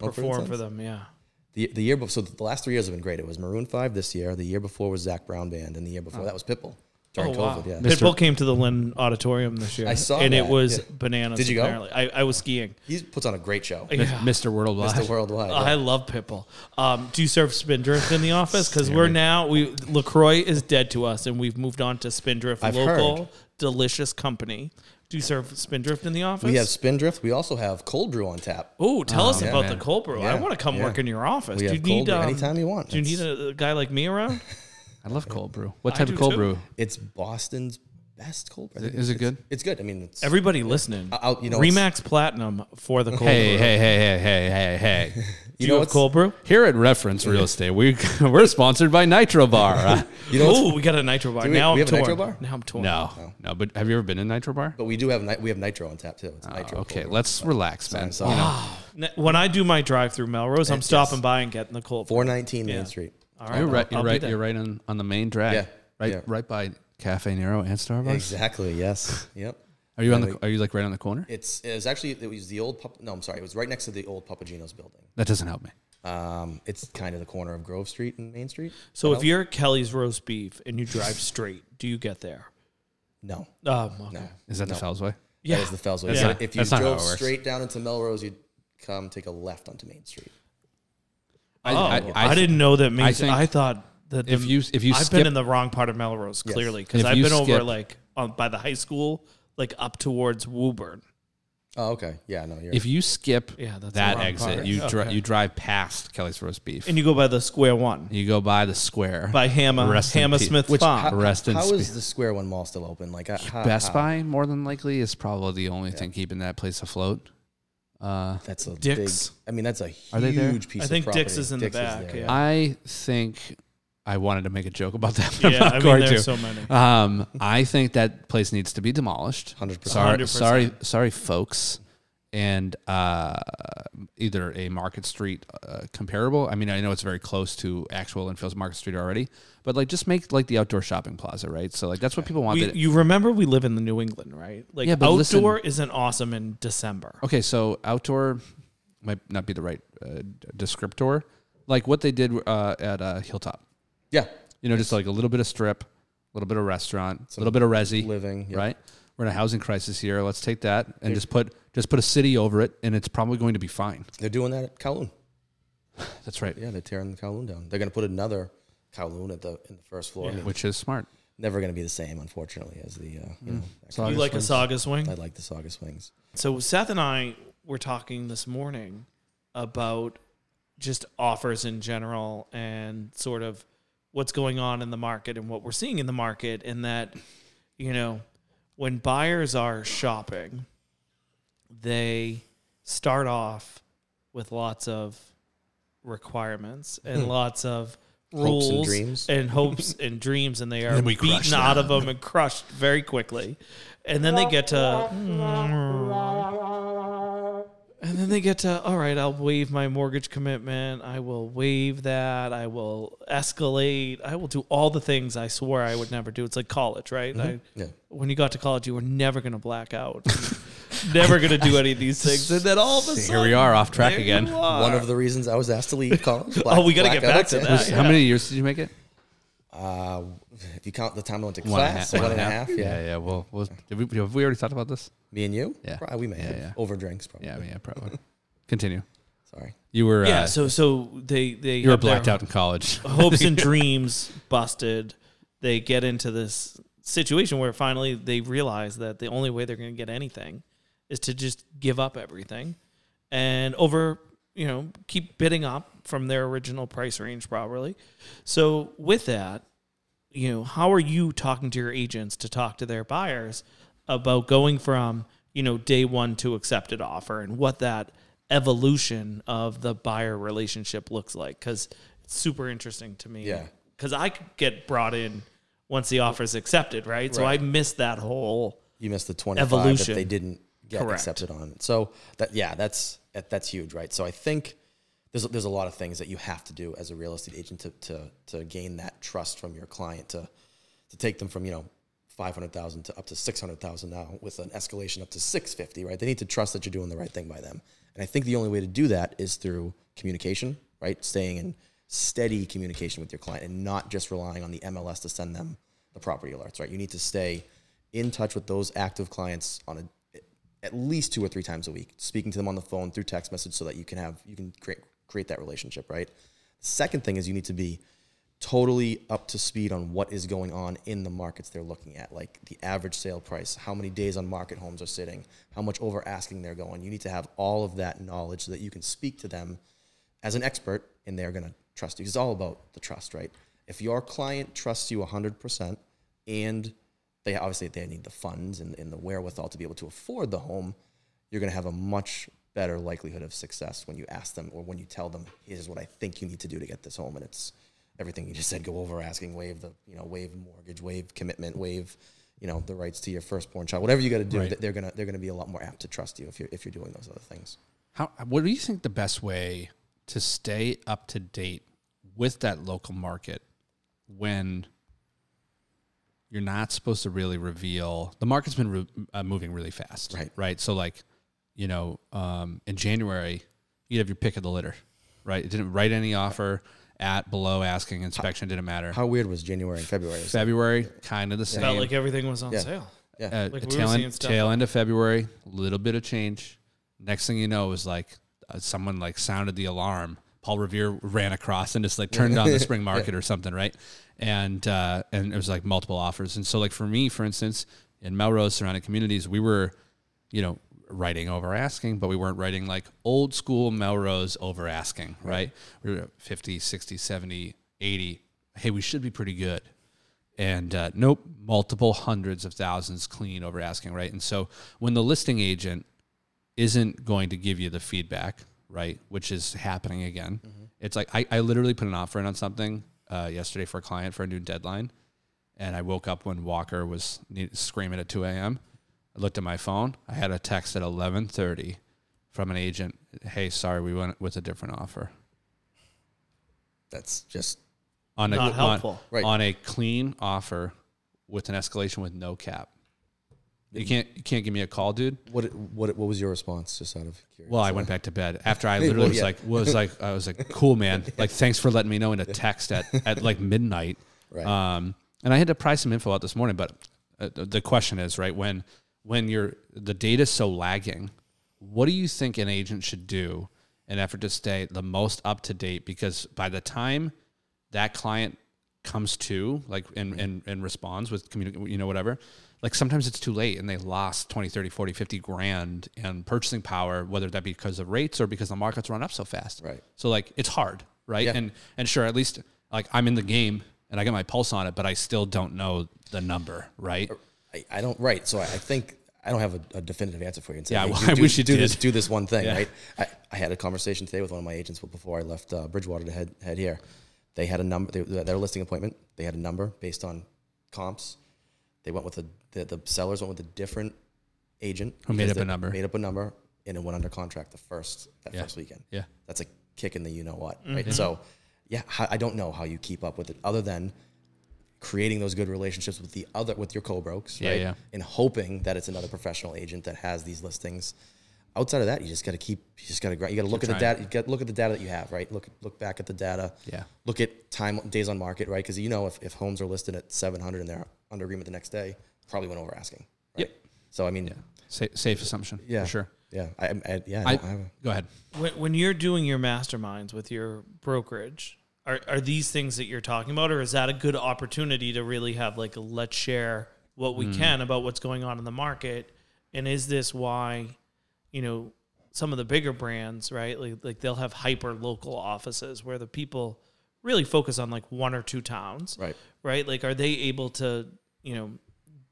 Oh, perform for Sons? them. Yeah. The the year before so the last 3 years have been great. It was Maroon 5 this year, the year before was Zach Brown band and the year before that was Pitbull during oh, COVID, wow. yeah. Pitbull came to the Lynn Auditorium this year. I saw And it that, was yeah. bananas. Did you go? apparently. I, I was skiing. He puts on a great show. Mi- mr worldwide Mr. Worldwide. I love Pitbull. Um, do you serve Spindrift in the office? Because we're now we Lacroix is dead to us, and we've moved on to Spindrift, I've local heard. delicious company. Do you serve Spindrift in the office? We have Spindrift. We also have Cold Brew on tap. Oh, tell us yeah, about man. the cold brew. I Yeah, want to come yeah. work in your office. We do have you cold need brew um, anytime you want. Do you need It's- a, a guy like me around? i love cold brew what I type of do cold too. brew It's Boston's best cold brew. I think Is it it's- good? It's good. I mean, it's Everybody listening, I'll- you know, it's- Remax Platinum for the cold hey brew. hey hey hey hey hey hey Do you you know have what's cold brew? here at reference real estate we, we're sponsored by nitro bar Uh, You know what's- Ooh, we got a nitro bar. we- now we I'm have a torn. nitro bar? Now I'm torn. no no but have you ever been in nitro bar but we do have ni- we have Nitro on tap too. It's Nitro. Ah, okay cold brew. let's relax man Sorry. N- When I do my drive through Melrose, I'm Yes. stopping by and getting the cold brew. 419 Main Street. All you're I'll- right you're I'll be right there. you're right on, on the main drag Yeah, right yeah. right by cafe nero and starbucks Exactly. Yes. yep. are you on the are you like right on the corner It's it was actually it was the old Pap- no I'm sorry it was right next to the old Papagino's building. that doesn't help me Um, it's kind of the corner of Grove Street and Main Street. So if you're at Kelly's roast beef and you drive straight, do you get there? No, Um, okay. is that the fell's way Yeah. That is the Fell's Way. That's So not- if you that's not how drove it works. straight down into Melrose, you'd come take a left onto Main Street. Oh, I, I- I- didn't know that. Means I, think thought that the- if you if you I've skip been in the wrong part of Melrose clearly because And if I've you been over skip- like um, by the high school, like up towards Woburn. Oh, okay. Yeah, no, you're if you skip Yeah, that's the that wrong exit, part. you dri- Okay. you drive past Kelly's roast beef and and you go by the square one you, go by the square by Hammer Rest in Hammer peace. Smith Which- Farm. how, Rest in how spe- is the Square One Mall still open? Like, uh, how, Best how- Buy. More than likely is probably the only thing keeping that place afloat. Uh, That's a Dick's. big. I mean, that's a huge Are they there? piece. I think of Dick's property. is in the back, yeah. I think I wanted to make a joke about that. but I'm yeah, not I mean going to. there's so many. Um, I think that place needs to be demolished. 100%. Sorry, 100%. sorry, sorry, folks. And uh, either a Market Street uh, comparable. I mean, I know it's very close to actual Linfield's Market Street already, but like just make like the outdoor shopping plaza, right? So like that's what people want. We, that- you remember we live in the New England, right? Like Yeah, but outdoor listen- Oh, isn't awesome in December. Okay, so outdoor might not be the right uh, descriptor. Like what they did uh, at uh, Hilltop, Yeah, you know, just like a little bit of strip, a little bit of restaurant, a Some little bit of resi, living. yeah. right? We're in a housing crisis here. Let's take that and just put just put a city over it, and it's probably going to be fine. They're doing that at Kowloon. That's right. Yeah, they're tearing the Kowloon down. They're going to put another Kowloon at the in the first floor. I mean, Which is smart. Never going to be the same, unfortunately, as the. Uh, you know, So you like a saga swing? I like the Saga Swings. So Seth and I were talking this morning about just offers in general and sort of what's going on in the market and what we're seeing in the market and that you know when buyers are shopping they start off with lots of requirements and lots of Hopes rules and dreams. and hopes and dreams and they are then we crush beaten them. out of them and crushed very quickly and then they get hmm, to and then they get to, all right, I'll waive my mortgage commitment. I will waive that. I will escalate. I will do all the things I swore I would never do. It's like college, right? Mm-hmm. I, Yeah. When you got to college, you were never going to black out, never going to do any of these things. And then all of a Here sudden, we are off track there again. you are. Oh, One of the reasons I was asked to leave college. Black, we gotta get back blackouts, to yeah. that. Was- How many years did you make it? Uh, if you count the time I went to One and a class, half- one and a half. yeah. yeah. Well, well did we, have we already talked about this? Me and you? Yeah. Probably, we may Yeah, have yeah. over drinks, probably. Yeah, I mean, yeah, probably. Continue. Sorry. You were Yeah. uh, So, so they, they, you were have their blacked out in college. hopes and dreams busted. They get into this situation where finally they realize that the only way they're going to get anything is to just give up everything and over, you know, keep bidding up from their original price range properly. So, with that, you know, how are you talking to your agents to talk to their buyers about going from, you know, day one to accepted offer and what that evolution of the buyer relationship looks like? Because it's super interesting to me. Yeah. Because I could get brought in once the offer is accepted, right? So I missed that whole. you missed the 25 Evolution. that they didn't get Correct. accepted on. So that yeah, that's that, that's huge, right? So I think there's a, there's a lot of things that you have to do as a real estate agent to to to gain that trust from your client to to take them from, you know, 500,000 to up to 600,000 now with an escalation up to 650, right? They need to trust that you're doing the right thing by them. And I think the only way to do that is through communication, right? Staying in steady communication with your client and not just relying on the MLS to send them the property alerts, right? You need to stay in touch with those active clients on a, at least two or three times a week, speaking to them on the phone through text message so that you can have you can create create that relationship, right? Second thing is you need to be totally up to speed on what is going on in the markets they're looking at, like the average sale price, how many days on market homes are sitting, how much over asking they're going. You need to have all of that knowledge so that you can speak to them as an expert and they're going to trust you. It's all about the trust, right? If your client trusts you 100% and they obviously they need the funds and, and the wherewithal to be able to afford the home, you're going to have a much better likelihood of success when you ask them or when you tell them, here's what I think you need to do to get this home. And it's everything you just said, go over asking, waive the, you know, waive mortgage, waive commitment, waive, you know, the rights to your firstborn child, whatever you got to do, Right. they're going to, they're going to be a lot more apt to trust you if you're, if you're doing those other things. How, what do you think the best way to stay up to date with that local market when you're not supposed to really reveal the market's been re- uh, moving really fast, Right. Right. So like, you know, um, in January you'd have your pick of the litter, right? It didn't write any offer at below asking inspection didn't matter. How weird was January and February? February kind of the same. Felt like everything was on Yeah. sale. Yeah. uh, Like we were tail, seeing end, stuff tail end of February, little bit of change. Next thing you know is like uh, someone like sounded the alarm. Paul Revere ran across and just like turned on the spring market or something, right? And uh, and it was like multiple offers. And so like for me, for instance, in Melrose surrounding communities, we were, you know, writing over asking, but we weren't writing like old school Melrose over asking, right? We were at 50, 60, 70, 80. Hey, we should be pretty good and uh, nope, multiple hundreds of thousands clean over asking, right? And so when the listing agent isn't going to give you the feedback, right, which is happening again, it's like I, I literally put an offer in on something uh, yesterday for a client for a new deadline, and I woke up when Walker was ne- screaming at 2 a.m. I looked at my phone. I had a text at 11:30 from an agent. Hey, sorry, we went with a different offer. That's just on a, Not on- helpful. Right. on a clean offer with an escalation with no cap. You can't you can't give me a call, dude. what what what was your response? Just out of curiosity. Well, I went back to bed after I Hey, literally well, was yeah. like was like I was like cool man, like thanks for letting me know in a text at at like midnight. Right. Um, and I had to price some info out this morning, but uh, the- the question is right when when you're the data's so lagging, what do you think an agent should do in effort to stay the most up to date? Because by the time that client comes to like and and, and responds with communi- you know whatever like sometimes it's too late and they lost 20 30 40 50 grand in purchasing power whether that be because of rates or because the markets run up so fast Right. so like it's hard right Yeah. and and sure at least like i'm in the game and i get my pulse on it but i still don't know the number right I, I don't right. So I, I think I don't have a, a definitive answer for you. And say, Yeah, hey, well, do- I do- wish you do this. did. Do this one thing, Yeah. right? I, I had a conversation today with one of my agents before I left uh, Bridgewater to head head here. They had a number. They, their listing appointment. They had a number based on comps. They went with a the, the sellers went with a different agent Who made because up a they number. Made up a number and it went under contract the first that Yeah. first weekend yeah Mm-hmm. that's a kick in the you know what, right? So, yeah, how- I don't know how you keep up with it other than creating those good relationships with the other with your co-brokes, Yeah, right? yeah. And hoping that it's another professional agent that has these listings. Outside of that, you just got to keep. You just got to. You got to look at the trying. data. You got to look at the data that you have, right? Look look back at the data. Yeah. Look at time days on market, right? Because you know if, if homes are listed at seven hundred and they're under agreement the next day, probably went over asking. Right? Yep. So I mean, yeah Sa- safe assumption Yeah. for sure yeah, I, I, yeah. I, don't have a- go ahead When, when you're doing your masterminds with your brokerage, are, are these things that you're talking about, or is that a good opportunity to really have like let's share what Mm. we can about what's going on in the market, and is this why, you know, some of the bigger brands, right? Like like they'll have hyper local offices where the people really focus on like one or two towns, right. right? Like, are they able to, you know,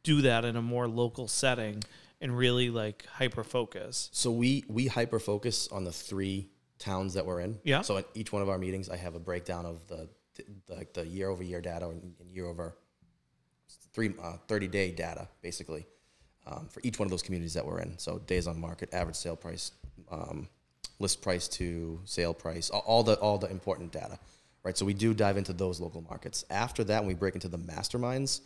do that in a more local setting and really like hyper focus? So we we hyper focus on the three towns that we're in. Yeah. So at each one of our meetings, I have a breakdown of the the, the year over year data and and year over three uh, 30 day data basically um, for each one of those communities that we're in. So days on market, average sale price, um, list price to sale price, all, all the all the important data, right? So we do dive into those local markets. After that, when we break into the masterminds,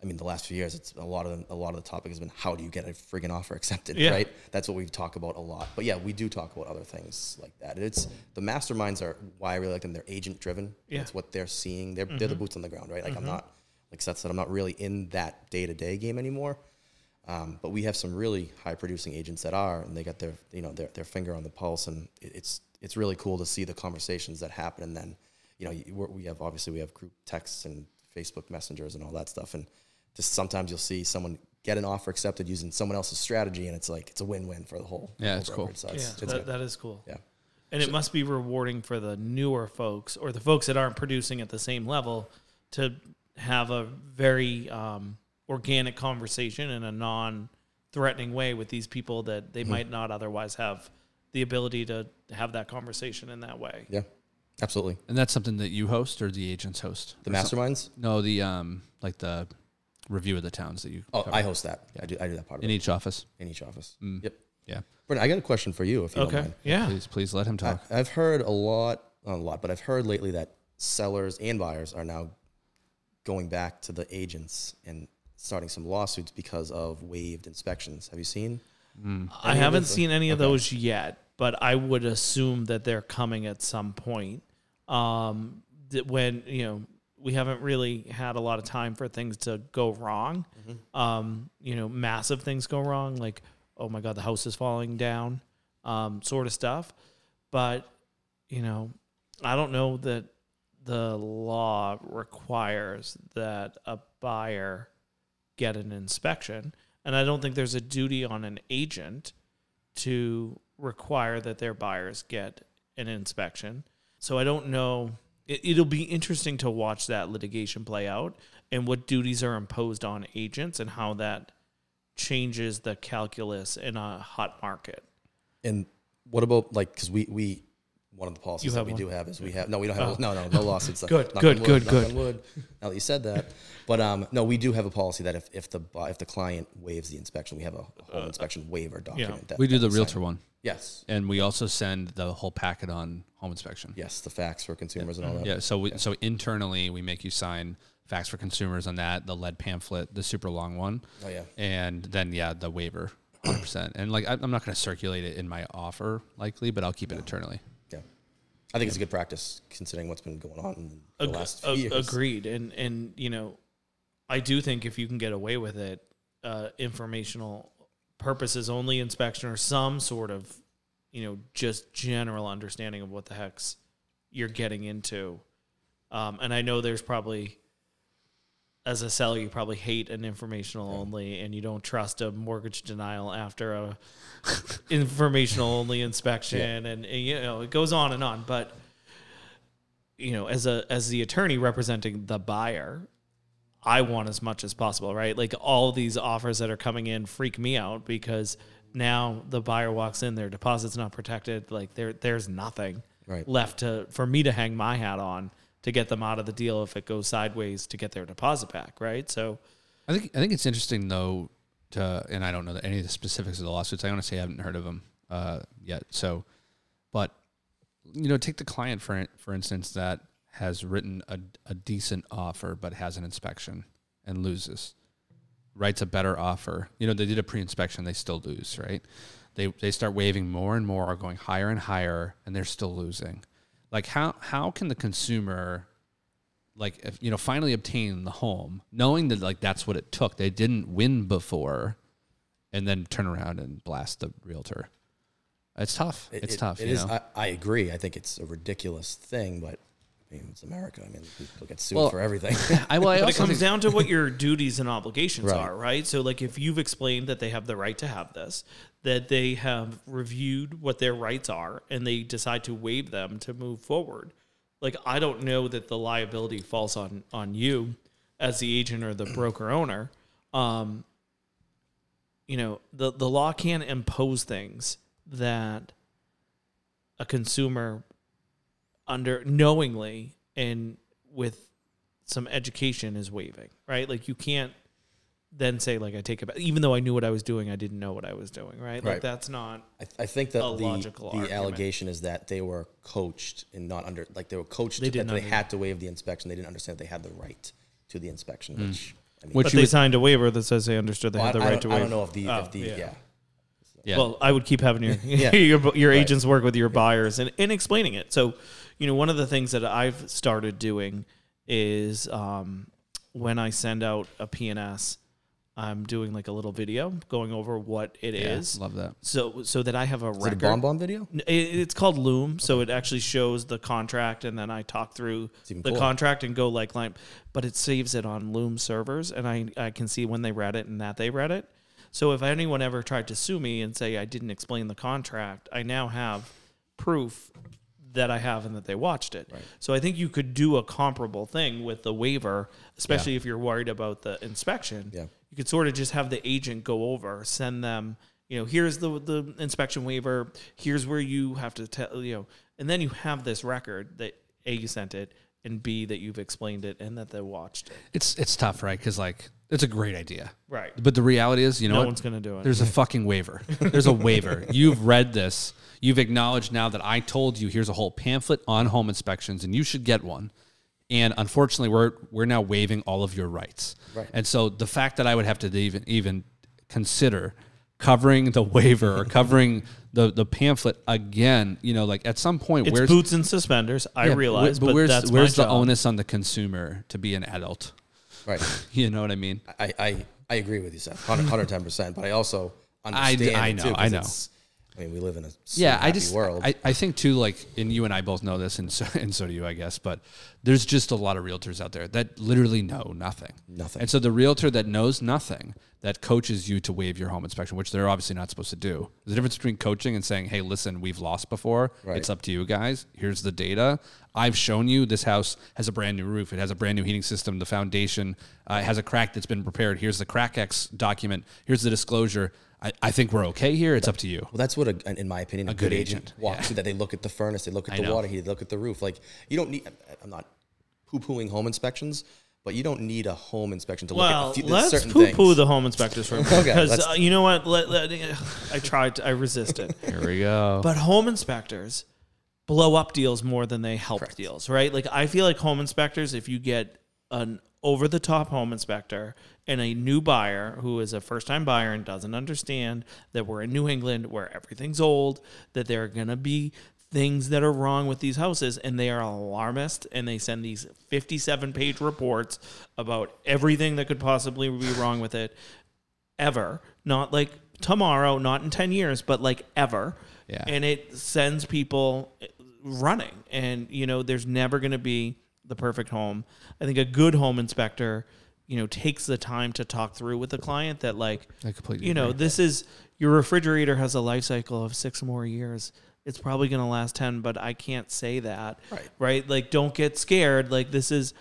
I mean, the last few years, it's a lot of a lot of the topic has been how do you get a friggin' offer accepted, Yeah. right? That's what we talk about a lot. But yeah, we do talk about other things like that. It's the masterminds are why I really like them. They're agent driven. Yeah. It's what they're seeing. They're they're the boots on the ground, right? Like I'm not like Seth said, I'm not really in that day to day game anymore. Um, but we have some really high producing agents that are, and they got their you know their, their finger on the pulse, and it, it's it's really cool to see the conversations that happen. And then you know you- we're, we have obviously we have group texts and Facebook messengers and all that stuff, and just sometimes you'll see someone get an offer accepted using someone else's strategy, and it's like it's a win win for the whole Yeah, whole it's cool. brokerage. So Yeah, it's, it's that, good. that is cool. yeah. And it must be rewarding for the newer folks or the folks that aren't producing at the same level to have a very um, organic conversation in a non threatening way with these people that they might not otherwise have the ability to have that conversation in that way. yeah, absolutely. and that's something that you host or the agents host The Or some- masterminds. no the um like the review of the towns that you Oh, cover I host that. I do I do that part of in it each office in each office. Mm. Yep. yeah Brendan, I got a question for you if you don't Okay. mind. Yeah. please please let him talk I- I've heard a lot, not a lot, but I've heard lately that sellers and buyers are now going back to the agents and starting some lawsuits because of waived inspections. Have you seen? I Any of haven't those- seen any of okay. those yet, but I would assume that they're coming at some point. Um, that when you know we haven't really had a lot of time for things to go wrong. Mm-hmm. Um, you know, massive things go wrong, like oh my god, the house is falling down, um, sort of stuff. But you know, I don't know that the law requires that a buyer get an inspection, and I don't think there's a duty on an agent to require that their buyers get an inspection. So I don't know. It, it'll be interesting to watch that litigation play out and what duties are imposed on agents and how that changes the calculus in a hot market. And what about like because we we one of the policies You that have we one? Oh. do have is we have no we don't have no no no lawsuits. Good, Knock on good, wood, good, knock good. on wood, Now that you said that, but um no we do have a policy that if if the bu- if the client waives the inspection, we have a Uh, home inspection waiver document. That, We do that the sign. realtor one, Yes, and we also send the whole packet on home inspection. yes, the facts for consumers and all that. Yeah. So we, so internally, we make you sign facts for consumers on that, the lead pamphlet, the super long one. Oh yeah. and then yeah, the waiver, hundred percent. And like I, I'm not going to circulate it in my offer likely, but I'll keep it internally. Yeah. I think it's a good practice considering what's been going on in the Ag- last few ag- years. Agreed, and and you know, I do think if you can get away with it, uh, informational purposes only inspection or some sort of, you know, just general understanding of what the heck's you're getting into. Um, and I know there's probably, as a seller, you probably hate an informational only, and you don't trust a mortgage denial after a informational only inspection, and, and you know it goes on and on, but you know as a as the attorney representing the buyer i want as much as possible right like all these offers that are coming in freak me out because now the buyer walks in their deposit's not protected like there there's nothing Right. left to for me to hang my hat on to get them out of the deal if it goes sideways to get their deposit back right so I think I think it's interesting though to and I don't know any of the specifics of the lawsuits. I honestly haven't heard of them uh, yet. So, but you know, take the client for for instance that has written a, a decent offer but has an inspection and loses, writes a better offer. You know, they did a pre inspection, they still lose, right? They they start waiving more and more, going higher and higher, and they're still losing. Like how how can the consumer like if, you know finally obtain the home knowing that like that's what it took they didn't win before and then turn around and blast the realtor it's tough It- it's it- tough It you is. know? I, I agree. I think it's a ridiculous thing, but I mean, it's America. I mean, people get sued Well- for everything. I, well, I but it also comes think- down to what your duties and obligations Right. are, right? So, like, if you've explained that they have the right to have this, that they have reviewed what their rights are, and they decide to waive them to move forward, like, I don't know that the liability falls on on you as the agent or the broker owner. Um, you know, the the law can impose things that a consumer under knowingly and with some education is waiving, right? Like you can't then say like I take it back, even though I knew what I was doing, I didn't know what I was doing, right? Like Right. that's not I, I think that A the, logical the argument. allegation is that they were coached and not under, like they were coached They did that they not- had to waive the inspection. They didn't understand they had the right to the inspection, which I mean, Hmm. Which but you they would- signed a waiver that says they understood they I, had the I right don't, to I waive. don't know if the, Oh, if the, yeah. yeah. yeah. Well, I would keep having your your, your agents work with your buyers and, and explaining it. So, you know, one of the things that I've started doing is um, when I send out a PNS, I'm doing like a little video going over what it is, Yeah, love that so so that I have a Is it a record. bomb bomb video? N- It, it's called Loom, so it actually shows the contract, and then I talk through even the cooler. contract and go like line. But it saves it on Loom servers, and I I can see when they read it and that they read it. So if anyone ever tried to sue me and say I didn't explain the contract, I now have proof that I have and that they watched it. So I think you could do a comparable thing with the waiver, especially if you're worried about the inspection. Yeah. You could sort of just have the agent go over, send them, you know, here's the the inspection waiver, here's where you have to tell, you know, and then you have this record that A you sent it and B that you've explained it and that they watched it. it's it's tough right because like it's a great idea Right. but the reality is you know No what? one's gonna do it. there's a fucking waiver there's a waiver you've read this you've acknowledged now that i told you here's a whole pamphlet on home inspections and you should get one and unfortunately we're we're now waiving all of your rights Right. and so the fact that i would have to even even consider covering the waiver or covering the the pamphlet again. You know, like at some point, It's where's boots and suspenders. I yeah, realize, but, where's that's where's my the job. onus on the consumer to be an adult? Right. You know what I mean? I, I, I agree with you, Seth. 110 percent. But I also I d- understand. I it, know, too, 'cause I know. it's- I mean, we live in a yeah, I happy just world. I, I think too like and you and I both know this and so and so do you I guess, but there's just a lot of realtors out there that literally know nothing. Nothing. And so the realtor that knows nothing that coaches you to waive your home inspection, which they're obviously not supposed to do. There's a difference between coaching and saying, "Hey, listen, we've lost before. Right. It's up to you guys. Here's the data. I've shown you this house has a brand new roof. It has a brand new heating system. The foundation uh, it has a crack that's been prepared. Here's the crack X document. Here's the disclosure. I, I think we're okay here. It's up to you." Well, that's what, a, in my opinion, a, good good, agent, agent, walks through. That they look at the furnace, they look at the know. water heater, they look at the roof. Like you don't need. I'm not poo-pooing home inspections, but you don't need a home inspection to Well, look at a few, let's certain poo poo things. the home inspectors for a minute, Okay, because let's- uh, you know what? Let, let- I tried, to, I resisted. Here we go. But home inspectors blow up deals more than they help deals, right? Like I feel like home inspectors, if you get an over the top home inspector and a new buyer who is a first time buyer and doesn't understand that we're in New England where everything's old, that there are gonna be things that are wrong with these houses and they are alarmist and they send these 57 page reports about everything that could possibly be wrong with it ever, not like tomorrow, not in 10 years, but like ever. Yeah. And it sends people eh, running. And, you know, there's never going to be the perfect home. I think a good home inspector, you know, takes the time to talk through with the client that, like, I completely you know, agree. this is your refrigerator has a life cycle of six more years. It's probably going to last 10, but I can't say that. Right. Right. Like, don't get scared. Like, this is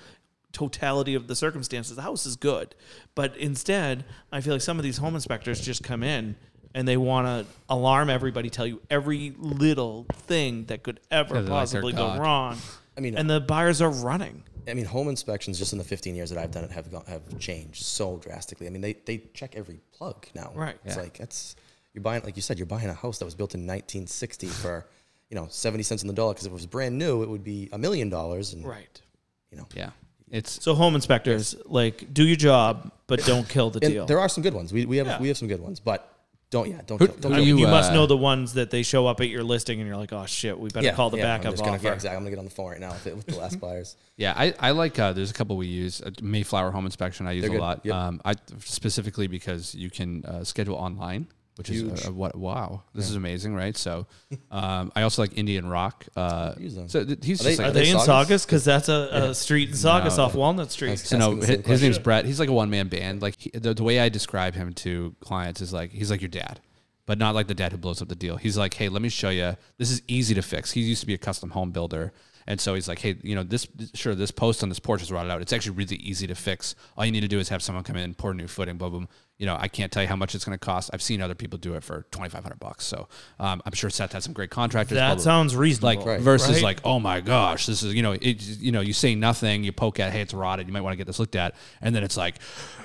totality of the circumstances. The house is good. But instead, I feel like some of these home inspectors just come in and they want to alarm everybody, tell you every little thing that could ever Yeah, they're like their possibly God. go wrong. I mean- uh, and the buyers are running. I mean, home inspections just in the 15 years that I've done it have gone, have changed so drastically. I mean, they they check every plug now. Right. It's Yeah. like that's you're buying, like you said, you're buying a house that was built in 1960 for you know 70 cents on the dollar because if it was brand new, it would be a million dollars. And Right. you know, yeah. It's So, home inspectors, like, do your job, but don't kill the and deal. there are some good ones. We we have Yeah. we have some good ones, but don't yeah don't Who- kill- don't who kill do you, You, must uh, know the ones that they show up at your listing and you're like, oh shit, we better call the I'm backup just offer. gonna, yeah, exactly. I'm gonna get on the phone right now with, with the last buyers. Yeah, I, I like uh, there's a couple we use uh, Mayflower Home Inspection. I use They're a good. lot. Yep. Um, I specifically because you can uh, schedule online, which is uh, Huge. a, a, what wow, this is amazing, right? So, um, I also like Indian Rock. Uh, Use them. so th- he's Are just they- like Are they in Saugus? Saugus? Because that's a, a street in Saugus off Walnut Street. so no, Asking the his, same his question. name's Brett. He's like a one man band. Like he, the, the way I describe him to clients is like he's like your dad, but not like the dad who blows up the deal. He's like, hey, let me show you. This is easy to fix. He used to be a custom home builder, and so he's like, hey, you know this. Sure, this post on this porch is rotted out. It's actually really easy to fix. All you need to do is have someone come in, pour new footing, boom, boom. You know, I can't tell you how much it's going to cost. I've seen other people do it for twenty five hundred bucks. So um, I'm sure Seth has some great contractors. blah, blah, That blah sounds reasonable. like versus right? like oh my gosh this is you know it you know you say nothing you poke at hey it's rotted you might want to get this looked at and then it's like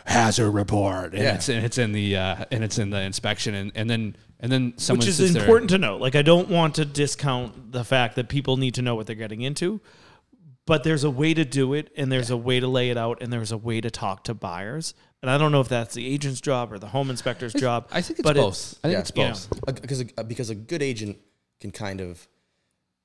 hazard report and Yeah. it's and it's in the uh, and it's in the inspection and, and then and then someone which is sits there- important to know. Like, I don't want to discount the fact that people need to know what they're getting into, but there's a way to do it, and there's a way to lay it out, and there's a way to talk to buyers. And I don't know if that's the agent's job or the home inspector's job. I think it's but both I think yeah. it's both because a, because a good agent can kind of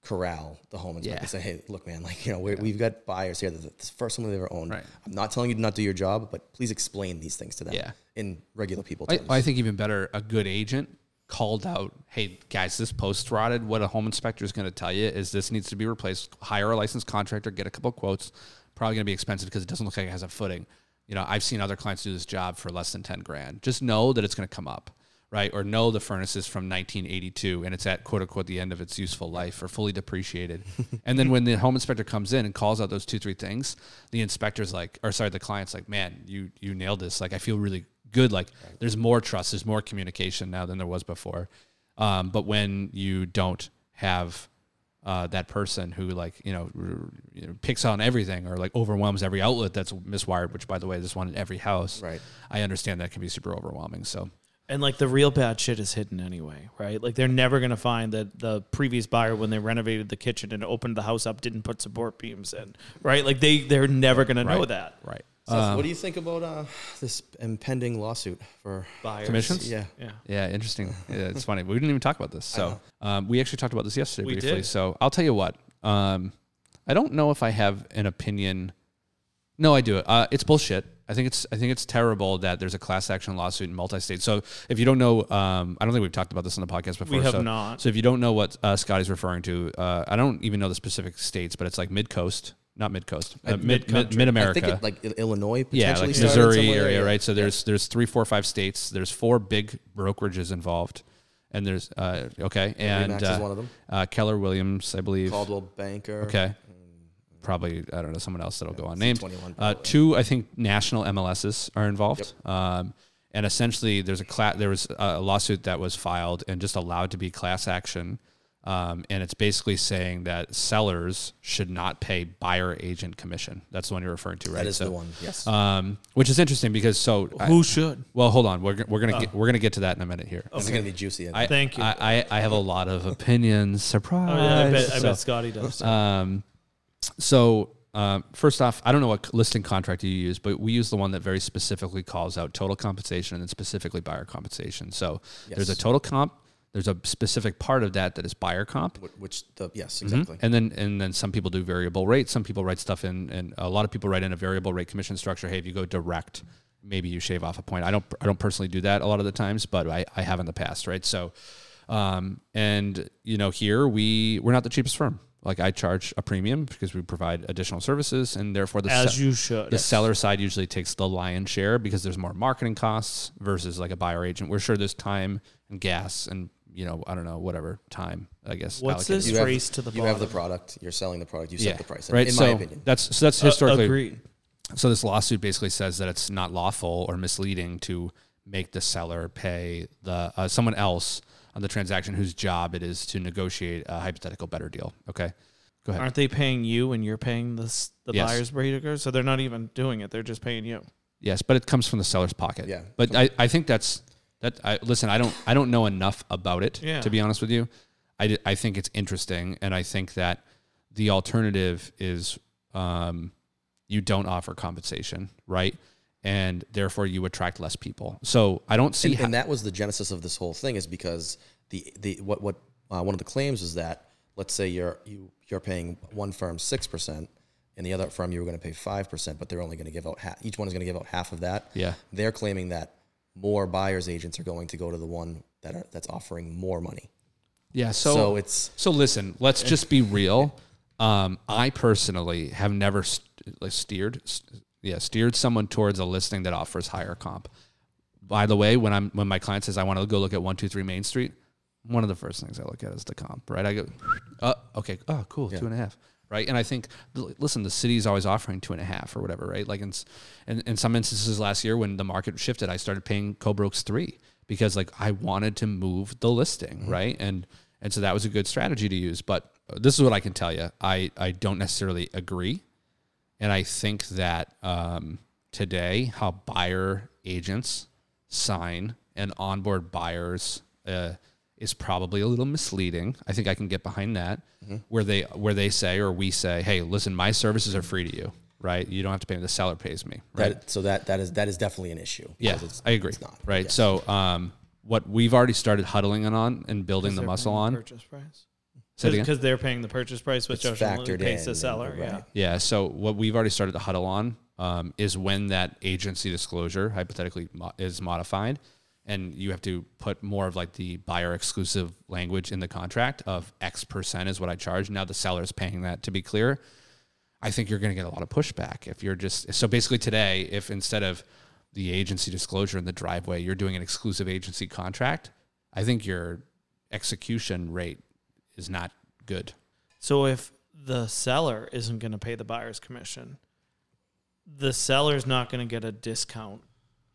corral the home inspector Yeah. and say, hey, look, man, like you know, we're, we've got buyers here. That the first one they ever owned. Right. I'm not telling you to not do your job, but please explain these things to them. Yeah. in regular people I, terms. I think even better a good agent called out hey guys this post rotted what a home inspector is going to tell you is this needs to be replaced hire a licensed contractor get a couple quotes probably going to be expensive because it doesn't look like it has a footing you know i've seen other clients do this job for less than 10 grand just know that it's going to come up right or know the furnace is from 1982 and it's at quote unquote the end of its useful life or fully depreciated and then when the home inspector comes in and calls out those two three things the inspector's like or sorry the client's like man you you nailed this like i feel really good. Like there's more trust, there's more communication now than there was before. Um, but when you don't have uh, that person who like you know, r- r- you know, picks on everything or like overwhelms every outlet that's miswired, which by the way, there's one in every house. Right. I understand that can be super overwhelming. So And like the real bad shit is hidden anyway, right? Like they're never gonna find that the previous buyer when they renovated the kitchen and opened the house up didn't put support beams in, right? Like they they're never gonna know Right. that, Right. Seth, what do you think about uh, this impending lawsuit for? Buyers. Commissions? Yeah, Yeah. Yeah, interesting. Yeah, it's funny. We didn't even talk about this. So um, we actually talked about this yesterday We briefly. did. So I'll tell you what. Um, I don't know if I have an opinion. No, I do. Uh, it's bullshit. I think it's I think it's terrible that there's a class action lawsuit in multi-state. So if you don't know, um, I don't think we've talked about this on the podcast before. have so, not. So if you don't know what uh, Scott is referring to, uh, I don't even know the specific states, but it's like mid coast, not mid coast, uh, mid mid-country. mid I think America it, like I- Illinois, potentially yeah, like started Missouri somewhere, area, yeah. right? So there's there's three, four, five states. There's four big brokerages involved, and there's uh, okay, and Remax uh, is one of them. Mm, uh, Keller Williams, I believe. Caldwell Banker. Okay, probably I don't know someone else that'll go unnamed. 21 Uh, probably. two, I think national MLSs are involved. Um, and essentially, there's a cla- there was a lawsuit that was filed and just allowed to be class action, um, and it's basically saying that sellers should not pay buyer agent commission. That's the one you're referring to, right? That is So- the one. Yes. um, which is interesting because so I- Who should? Oh. well, hold on, we're, g- we're gonna get, we're gonna get to that in a minute here. This is gonna be juicy. I, Thank you. I, I, I have a lot of opinions. Surprise. Oh, yeah, I bet, I Uh, So- bet Scotty does. um, so um, first off, I don't know what listing contract you use, but we use the one that very specifically calls out total compensation and then specifically buyer compensation. So there's a Yes. total comp. There's a specific part of that that is buyer comp. Wh- which the yes exactly. And then and then some people do variable rate. Some people write stuff in, and a lot of people write in a variable rate commission structure. Hey, if you go direct, maybe you shave off a point. I don't I don't personally do that a lot of the times, but I, I have in the past, right? So, um, and you know here we we're not the cheapest firm. Like I charge a premium because we provide additional services, and therefore the As se- you should. the seller side usually takes the lion's share because there's more marketing costs versus like a buyer agent. We're sure there's time and gas and you know I don't know whatever time I guess. What's allocated. this You have- race to the You have the bottom. product. You're selling the product. You set the price. In, Right. in so my opinion, that's so that's Uh, historically. agreed. So this lawsuit basically says that it's not lawful or misleading to make the seller pay the uh, someone else on the transaction whose job it is to negotiate a hypothetical better deal. Okay, go ahead. Aren't they paying you and you're paying the, s- the Yes. buyer's broker? So they're not even doing it. They're just paying you. Yes, but it comes from the seller's pocket. Yeah. But I, I think that's that. I listen. I don't I don't know enough about it Yeah. to be honest with you. I di- I think it's interesting, and I think that the alternative is um, you don't offer compensation, right? And therefore, you attract less people. So I don't see and, how, and that was the genesis of this whole thing is because the the what what uh, one of the claims is that let's say you're you you're paying one firm six percent and the other firm you were going to pay five percent, but they're only going to give out half. Each one is going to give out half of that. Yeah. they're claiming that more buyers agents are going to go to the one that are, that's offering more money. yeah. So, So, it's So listen, let's just be real. Um, I personally have never st- like steered, st- yeah, steered someone towards a listing that offers higher comp. By the way, when I'm when my client says I want to go look at one two three Main Street, one of the first things I look at is the comp, right? I go, uh, okay, oh cool, two and a half, right? And I think, l- listen, the city's always offering two and a half or whatever, right? Like in, s- in in some instances last year when the market shifted, I started paying Cobroke's three because like I wanted to move the listing, right? And and so that was a good strategy to use. But uh, this is what I can tell you: I I don't necessarily agree, and I think that um, today how buyer agents sign and onboard buyers uh, is probably a little misleading. I think I can get behind that, Mm-hmm. where they where they say or we say, "Hey, listen, my services are free to you, right? You don't have to pay me. The seller pays me, right?" that, so that that is that is definitely an issue. Yeah, because it's- I agree. It's not Right. Yeah. So, um, what we've already started huddling in on and building the They're muscle paying the on. Purchase price. Say it again. Because they're paying the purchase price, which It's ultimately factored pays in, the seller. right. Yeah. Yeah. So what we've already started to huddle on um, is when that agency disclosure hypothetically mo- is modified, and you have to put more of like the buyer exclusive language in the contract of X percent is what I charge. Now the seller's paying that. To be clear, I think you're going to get a lot of pushback if you're just so basically today. If instead of the agency disclosure in the driveway, you're doing an exclusive agency contract, I think your execution rate is not good. So if the seller isn't going to pay the buyer's commission, the seller's not going to get a discount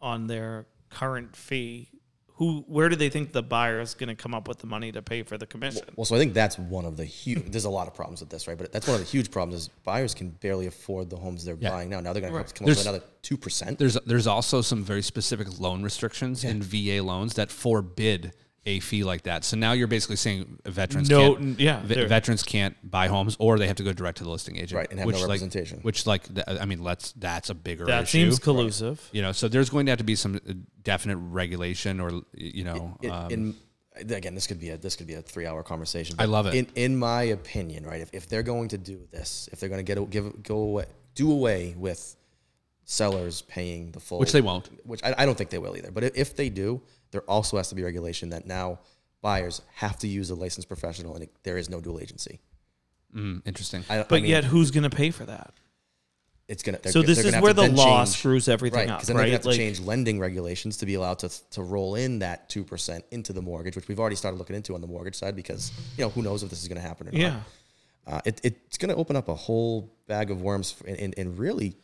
on their current fee. Who? Where do they think the buyer is going to come up with the money to pay for the commission? Well, so I think that's one of the huge. There's a lot of problems with this, right? But that's one of the huge problems is buyers can barely afford the homes they're buying now. Now they're going to come up There's- with another two percent. there's there's also some very specific loan restrictions in VA loans that forbid a fee like that. So now you're basically saying veterans No, can't, n- yeah, ve- they're- veterans can't buy homes or they have to go direct to the listing agent, Right, and have no representation. Like, which like th- I mean, let's that's a bigger That issue. seems collusive. you know, so there's going to have to be some uh, definite regulation or you know, in, um, in again, this could be a this could be a three hour conversation. I but love it. In in my opinion, right? If, if they're going to do this, if they're going to get a- give go away, do away with sellers paying the full, which they won't. which I, I don't think they will either. But if, if they do, there also has to be regulation that now buyers have to use a licensed professional, and it, there is no dual agency. Mm, interesting. I, But I mean, yet, who's going to pay for that? it's gonna. they're So go- this they're is gonna have where to the then law change- screws everything right, up, Because then they right? have to Like- change lending regulations to be allowed to to roll in that two percent into the mortgage, which we've already started looking into on the mortgage side because you know who knows if this is going to happen or Yeah. not. Uh, it, it's going to open up a whole bag of worms f- and, and, and really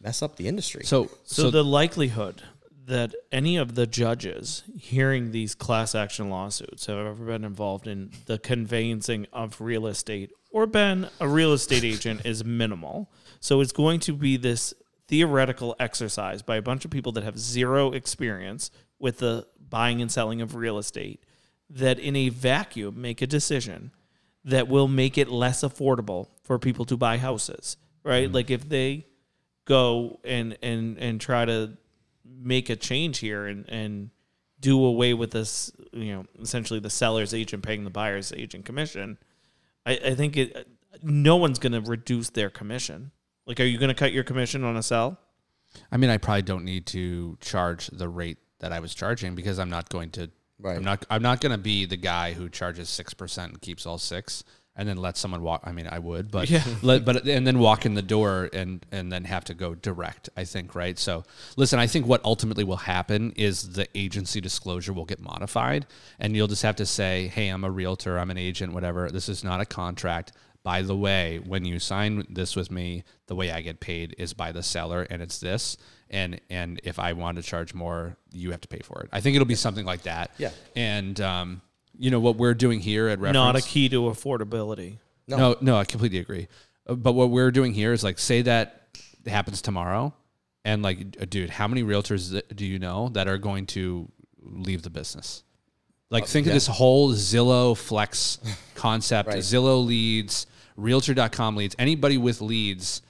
mess up the industry. So So, so the likelihood that any of the judges hearing these class action lawsuits have ever been involved in the conveyancing of real estate or been a real estate agent is minimal. So it's going to be this theoretical exercise by a bunch of people that have zero experience with the buying and selling of real estate that in a vacuum make a decision that will make it less affordable for people to buy houses, right? Like if they go and and and try to make a change here and and do away with this, you know, essentially the seller's agent paying the buyer's agent commission. I, I think it, no one's going to reduce their commission. Like, are you going to cut your commission on a sell? I mean, I probably don't need to charge the rate that I was charging because I'm not going to. Right. I'm not. I'm not going to be the guy who charges six percent and keeps all six, and then let someone walk. I mean, I would, but let, but and then walk in the door and and then have to go direct. I think right. So listen, I think what ultimately will happen is the agency disclosure will get modified, and you'll just have to say, hey, I'm a realtor, I'm an agent, whatever. This is not a contract. By the way, when you sign this with me, the way I get paid is by the seller, and it's this. And and if I want to charge more, you have to pay for it. I think it'll be something like that. Yeah. And um, you know what we're doing here at reference. Not a key to affordability. no. no, I completely agree. Uh, But what we're doing here is like, say that happens tomorrow, and like, uh, dude, how many realtors th- do you know that are going to leave the business? Like, think of this whole Zillow Flex concept. Right. Zillow leads, Realtor.com leads, anybody with leads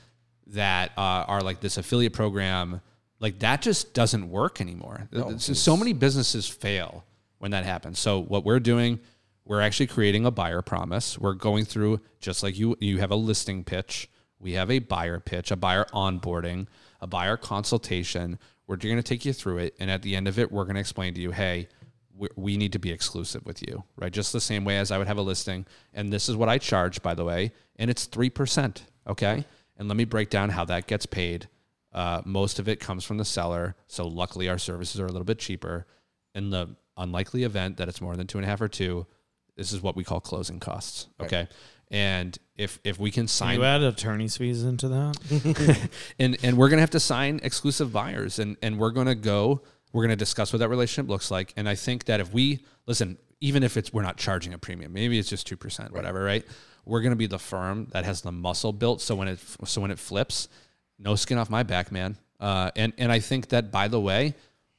that uh, are like this affiliate program, like that just doesn't work anymore. so, so many businesses fail when that happens. So what we're doing, we're actually creating a buyer promise. We're going through just like you. You have a listing pitch. We have a buyer pitch, a buyer onboarding, a buyer consultation. We're going to take you through it, and at the end of it, we're going to explain to you, hey, we, we need to be exclusive with you, right? Just the same way as I would have a listing. And this is what I charge, by the way, and it's 3%. Okay. And let me break down how that gets paid. Uh, most of it comes from the seller. So luckily, our services are a little bit cheaper. In the unlikely event that it's more than two and a half or two, this is what we call closing costs. Okay. And if, if we can sign You add attorney's fees into that? and and we're gonna have to sign exclusive buyers and and we're gonna go we're gonna discuss what that relationship looks like and i think that if we listen even if it's we're not charging a premium maybe it's just 2% whatever right we're gonna be the firm that has the muscle built so when it so when it flips no skin off my back man uh, and and i think that by the way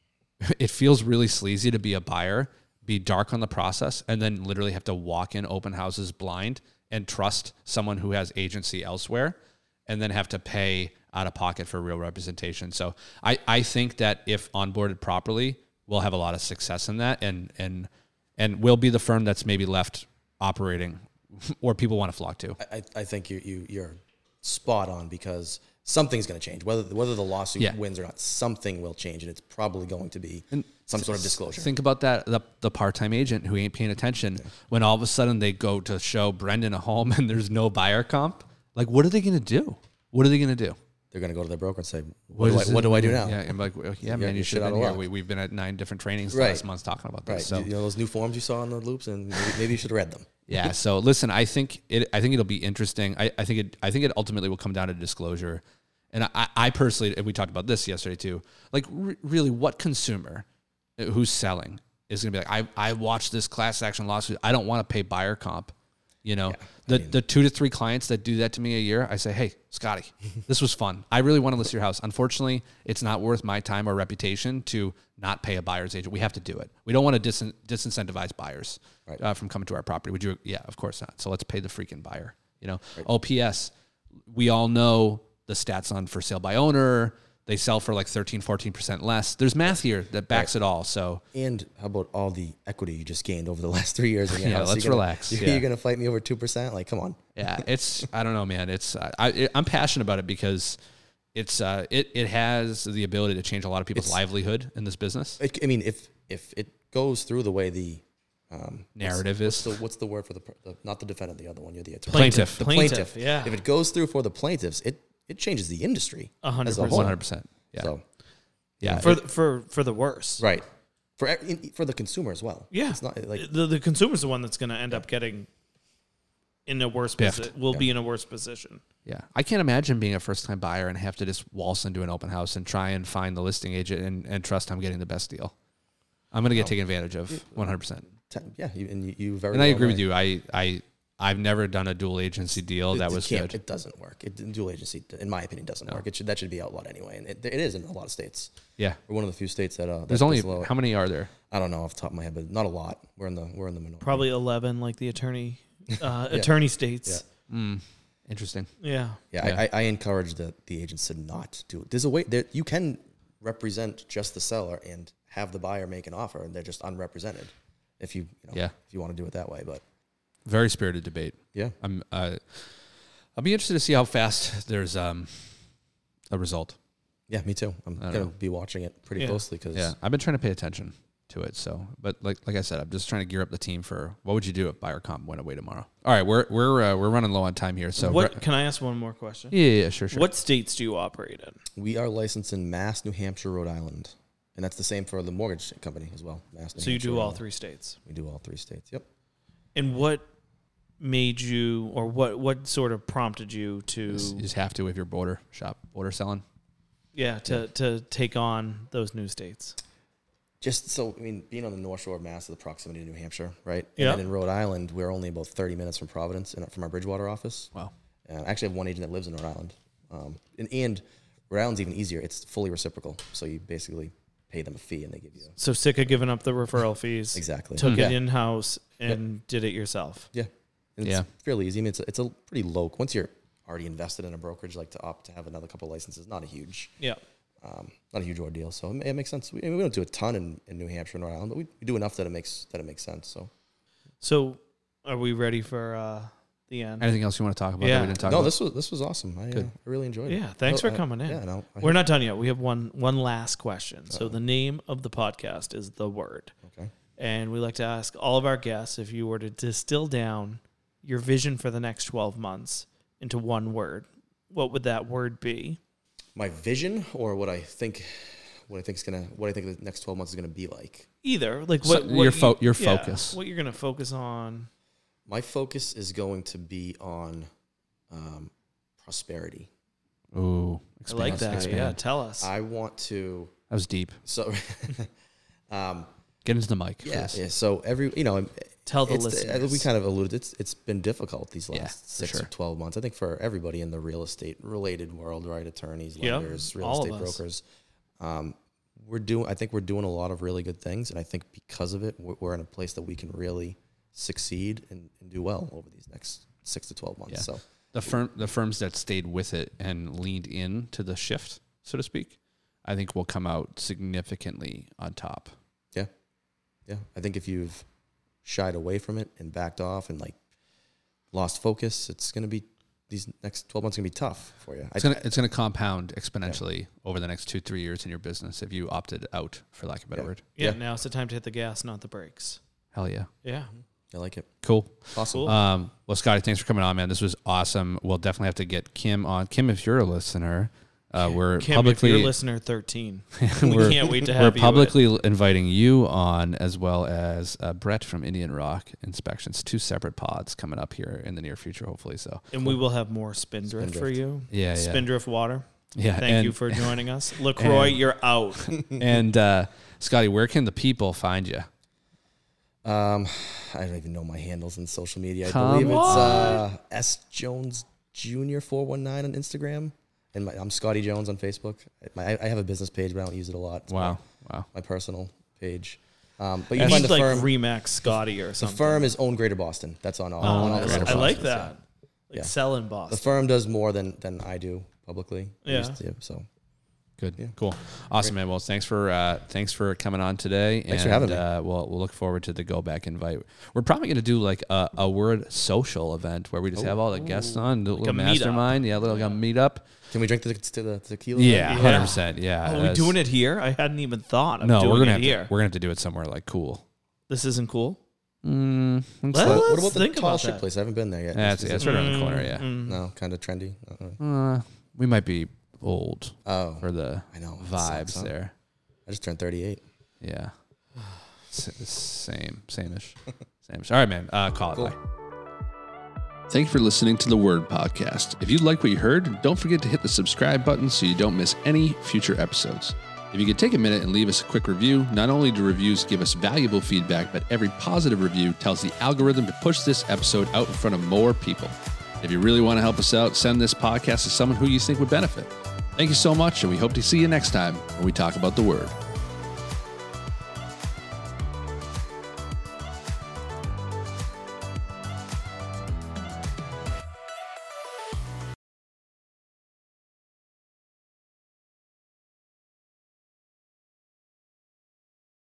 it feels really sleazy to be a buyer, be dark on the process, and then literally have to walk in open houses blind and trust someone who has agency elsewhere and then have to pay out of pocket for real representation. So I, I think that if onboarded properly, we'll have a lot of success in that and and and we'll be the firm that's maybe left operating or people want to flock to. I, I- I think you, you you're spot on because something's going to change whether whether the lawsuit Yeah. wins or not. Something will change, and it's probably going to be some sort of disclosure. Think about that the, the part time agent who ain't paying attention when all of a sudden they go to show Brendan a home and there's no buyer comp. Like, what are they going to do? What are they going to do? They're going to go to their broker and say, "What, is do I, what it- do I do now?" Yeah, I'm like, well, yeah, man, you you're should shit out have of been here. luck. We, we've been at nine different trainings Right. last month talking about this. Right, So you know those new forms you saw on the loops, and maybe, maybe you should have read them. yeah so listen i think it i think it'll be interesting i, I think it i think it ultimately will come down to disclosure and i i personally and we talked about this yesterday too like re- really what consumer uh, who's selling is going to be like i i watched this class action lawsuit i don't want to pay buyer comp You know, the the two to three clients that do that to me a year, I say, "Hey, Scotty, this was fun. I really want to list your house. Unfortunately, it's not worth my time or reputation to not pay a buyer's agent. We have to do it. We don't want to dis- disincentivize buyers uh, from coming to our property. Would you? Yeah, of course not. So let's pay the freaking buyer. You know, oh P.S. We all know the stats on for sale by owner. They sell for like 13, 14% less. There's math here that backs it all. So And how about all the equity you just gained over the last three years? In your Yeah, house? let's You're gonna- relax, You're, yeah. gonna fight me over two percent? Like, come on. yeah it's i don't know man it's I, I i'm passionate about it because it's uh it it has the ability to change a lot of people's livelihood in this business It, I mean, if if it goes through the way the um, narrative is what's the what's the word for the, per- the not the defendant, the other one, you're the attorney. plaintiff Plaintiff. plaintiff. yeah. If it goes through for the plaintiffs, it it changes the industry A hundred as a percent. whole. 100% yeah So yeah for for for the worse. right for ev- in- for the consumer as well. Yeah, It's not like the the consumer's the one that's going to end up getting in a worse Biffed. position. Will be in a worse position. yeah i can't imagine being a first-time buyer and have to just waltz into an open house and try and find the listing agent and, and trust i'm getting the best deal i'm going to get taken advantage of 100% te- yeah, you, and you, you very. and i well agree might. with you i i i've never done a dual agency deal that It was can't- good It doesn't work. It, dual agency, in my opinion, doesn't work. It should that should be outlawed anyway, and it, it is in a lot of states. yeah We're one of the few states that uh, that there's only does allow it. how many are there I don't know off the top of my head, but not a lot. We're in the we're in the minority. Probably eleven, like the attorney uh, attorney states. Hmm, interesting Yeah. Yeah, I I, I encourage the the agents to not do it. There's a way that you can represent just the seller and have the buyer make an offer, and they're just unrepresented. If you, you know, Yeah. if you want to do it that way, but very spirited debate yeah, I'm uh, I'll be interested to see how fast there's um a result. yeah, me too. I'm don't gonna know. be watching it pretty Yeah. closely 'cause Yeah, closely I've been trying to pay attention to it. So, but like like I said, I'm just trying to gear up the team for what would you do if buyer comp went away tomorrow? All right, we're we're uh, we're running low on time here. So what can I ask one more question? Yeah, yeah, yeah, sure, sure. What states do you operate in? because we are licensed in Mass, New Hampshire, Rhode Island, and that's the same for the mortgage company as well. Mass, New So you Hampshire, do Rhode all Island. three states. We do all three states. Yep. And what made you, or what what sort of prompted you to, You just have to if you're border shop border selling. yeah, to to take on those new states? just so I mean, being on the North Shore of Mass, the proximity to New Hampshire, right? Yeah. And then in Rhode Island, we're only about thirty minutes from Providence and from our Bridgewater office. Wow. And I actually have one agent that lives in Rhode Island, um, and, and Rhode Island's even easier. It's fully reciprocal, so you basically pay them a fee and they give you So sick of giving up the referral fees. exactly Took yeah. it in house and did it yourself. Yeah, and Yeah. It's fairly easy. I mean, it's a, it's a pretty low. Once you're already invested in a brokerage, like to opt to have another couple licenses, not a huge, Yeah. um, not a huge ordeal. So it, ma- it makes sense. We, I mean, we don't do a ton in, in New Hampshire and Rhode Island, but we, we do enough that it makes that it makes sense. So So are we ready for uh, the end? Anything else you want to talk about? That Yeah. we didn't talk no, about? this was this was awesome. I, uh, I really enjoyed it. Yeah, thanks No, for I- coming in. Yeah, no, I- We're not done yet. We have one one last question. So the name of the podcast is The Word. okay. And we like to ask all of our guests if you were to distill down your vision for the next 12 months into one word, what would that word be? My vision, or what I think, what I think is gonna, what I think the next twelve months is gonna be like. Either, like So what, what your fo- you- your yeah, focus. what you're going to focus on. My focus is going to be on um, prosperity. Ooh, I like expand, that. expand. Yeah, tell us. I want to That was deep. so. um, Get into the mic. yeah, first. yeah. So every you know, tell the uh, it's- uh, listeners. we kind of alluded. It's it's been difficult these last Yeah, for six sure. or twelve months. I think for everybody in the real estate related world, right? Attorneys, Yeah, lenders, real all of estate us. brokers. Um, we're doing. I think we're doing a lot of really good things, and I think because of it, we're, we're in a place that we can really succeed and, and do well over these next six to twelve months. Yeah. So the firm the firms that stayed with it and leaned in to the shift, so to speak, I think will come out significantly on top. yeah, yeah. I think if you've shied away from it and backed off and like lost focus, it's gonna be these next twelve months are gonna be tough for you. It's gonna it's gonna compound exponentially over the next two three years in your business if you opted out, for lack of a better Yeah. word. yeah, yeah. now it's the time to hit the gas, not the brakes. Hell yeah, Yeah. I like it. cool. Awesome. Cool. Um, well, Scotty, thanks for coming on, man. This was awesome. We'll definitely have to get Kim on. Kim, if you're a listener, uh, we're Kim, if publicly you're listener 13, we we're, can't wait to we're have you. publicly inviting you on as well as uh, Brett from Indian Rock Inspections. Two separate pods coming up here in the near future, hopefully. So And we will have more Spindrift, for Spindrift. you. yeah, yeah. Spindrift water. Yeah, Thank and- you for joining us. LaCroix, you're out. and uh, Scotty, where can the people find you? Um, I don't even know my handles in social media. I Come believe it's uh, S Jones Junior four one nine on Instagram, and my, I'm Scotty Jones on Facebook. My, I have a business page, but I don't use it a lot. It's Wow. Wow. my, my personal page. Um, but you You find need the like firm. Remax Scotty or the something. firm is own Greater Boston. That's on all. Oh, on all the nice. Greater I like Bostons, yeah. that. Like Yeah. selling The Boston. firm does more than than I do publicly. I Yeah. used to, so Good. Cool. Awesome, man. Well, thanks for uh, thanks for coming on today. Thanks for and, having me. Uh, we'll we'll look forward to the go back invite. We're probably going to do like a, a word social event where we just have all the guests on, do a little Oh. a meetup. mastermind. Yeah, a little like a meetup. can we drink the, to the tequila? Yeah, Yeah. hundred percent. Yeah. Are we Oh, doing it here? I hadn't even thought of No, doing we're gonna it have here. To, we're gonna have to do it somewhere like cool. this isn't cool. Mm, Let- so- let's What about the think tall about ship that. place? I haven't been there yet. that's, Is that's it- right around the Mm. corner. Yeah. No, kind of trendy. Uh-uh. Uh, we might be old Oh, for the I know. Sucks, vibes huh? there. I just turned 38. Yeah. S- same, same ish. Same ish. All right, man. Uh, call it. Cool. Bye. Thanks for listening to the Word Podcast. If you like what you heard, don't forget to hit the subscribe button so you don't miss any future episodes. If you could take a minute and leave us a quick review, not only do reviews give us valuable feedback, but every positive review tells the algorithm to push this episode out in front of more people. If you really want to help us out, send this podcast to someone who you think would benefit. Thank you so much, and we hope to see you next time when we talk about the Word.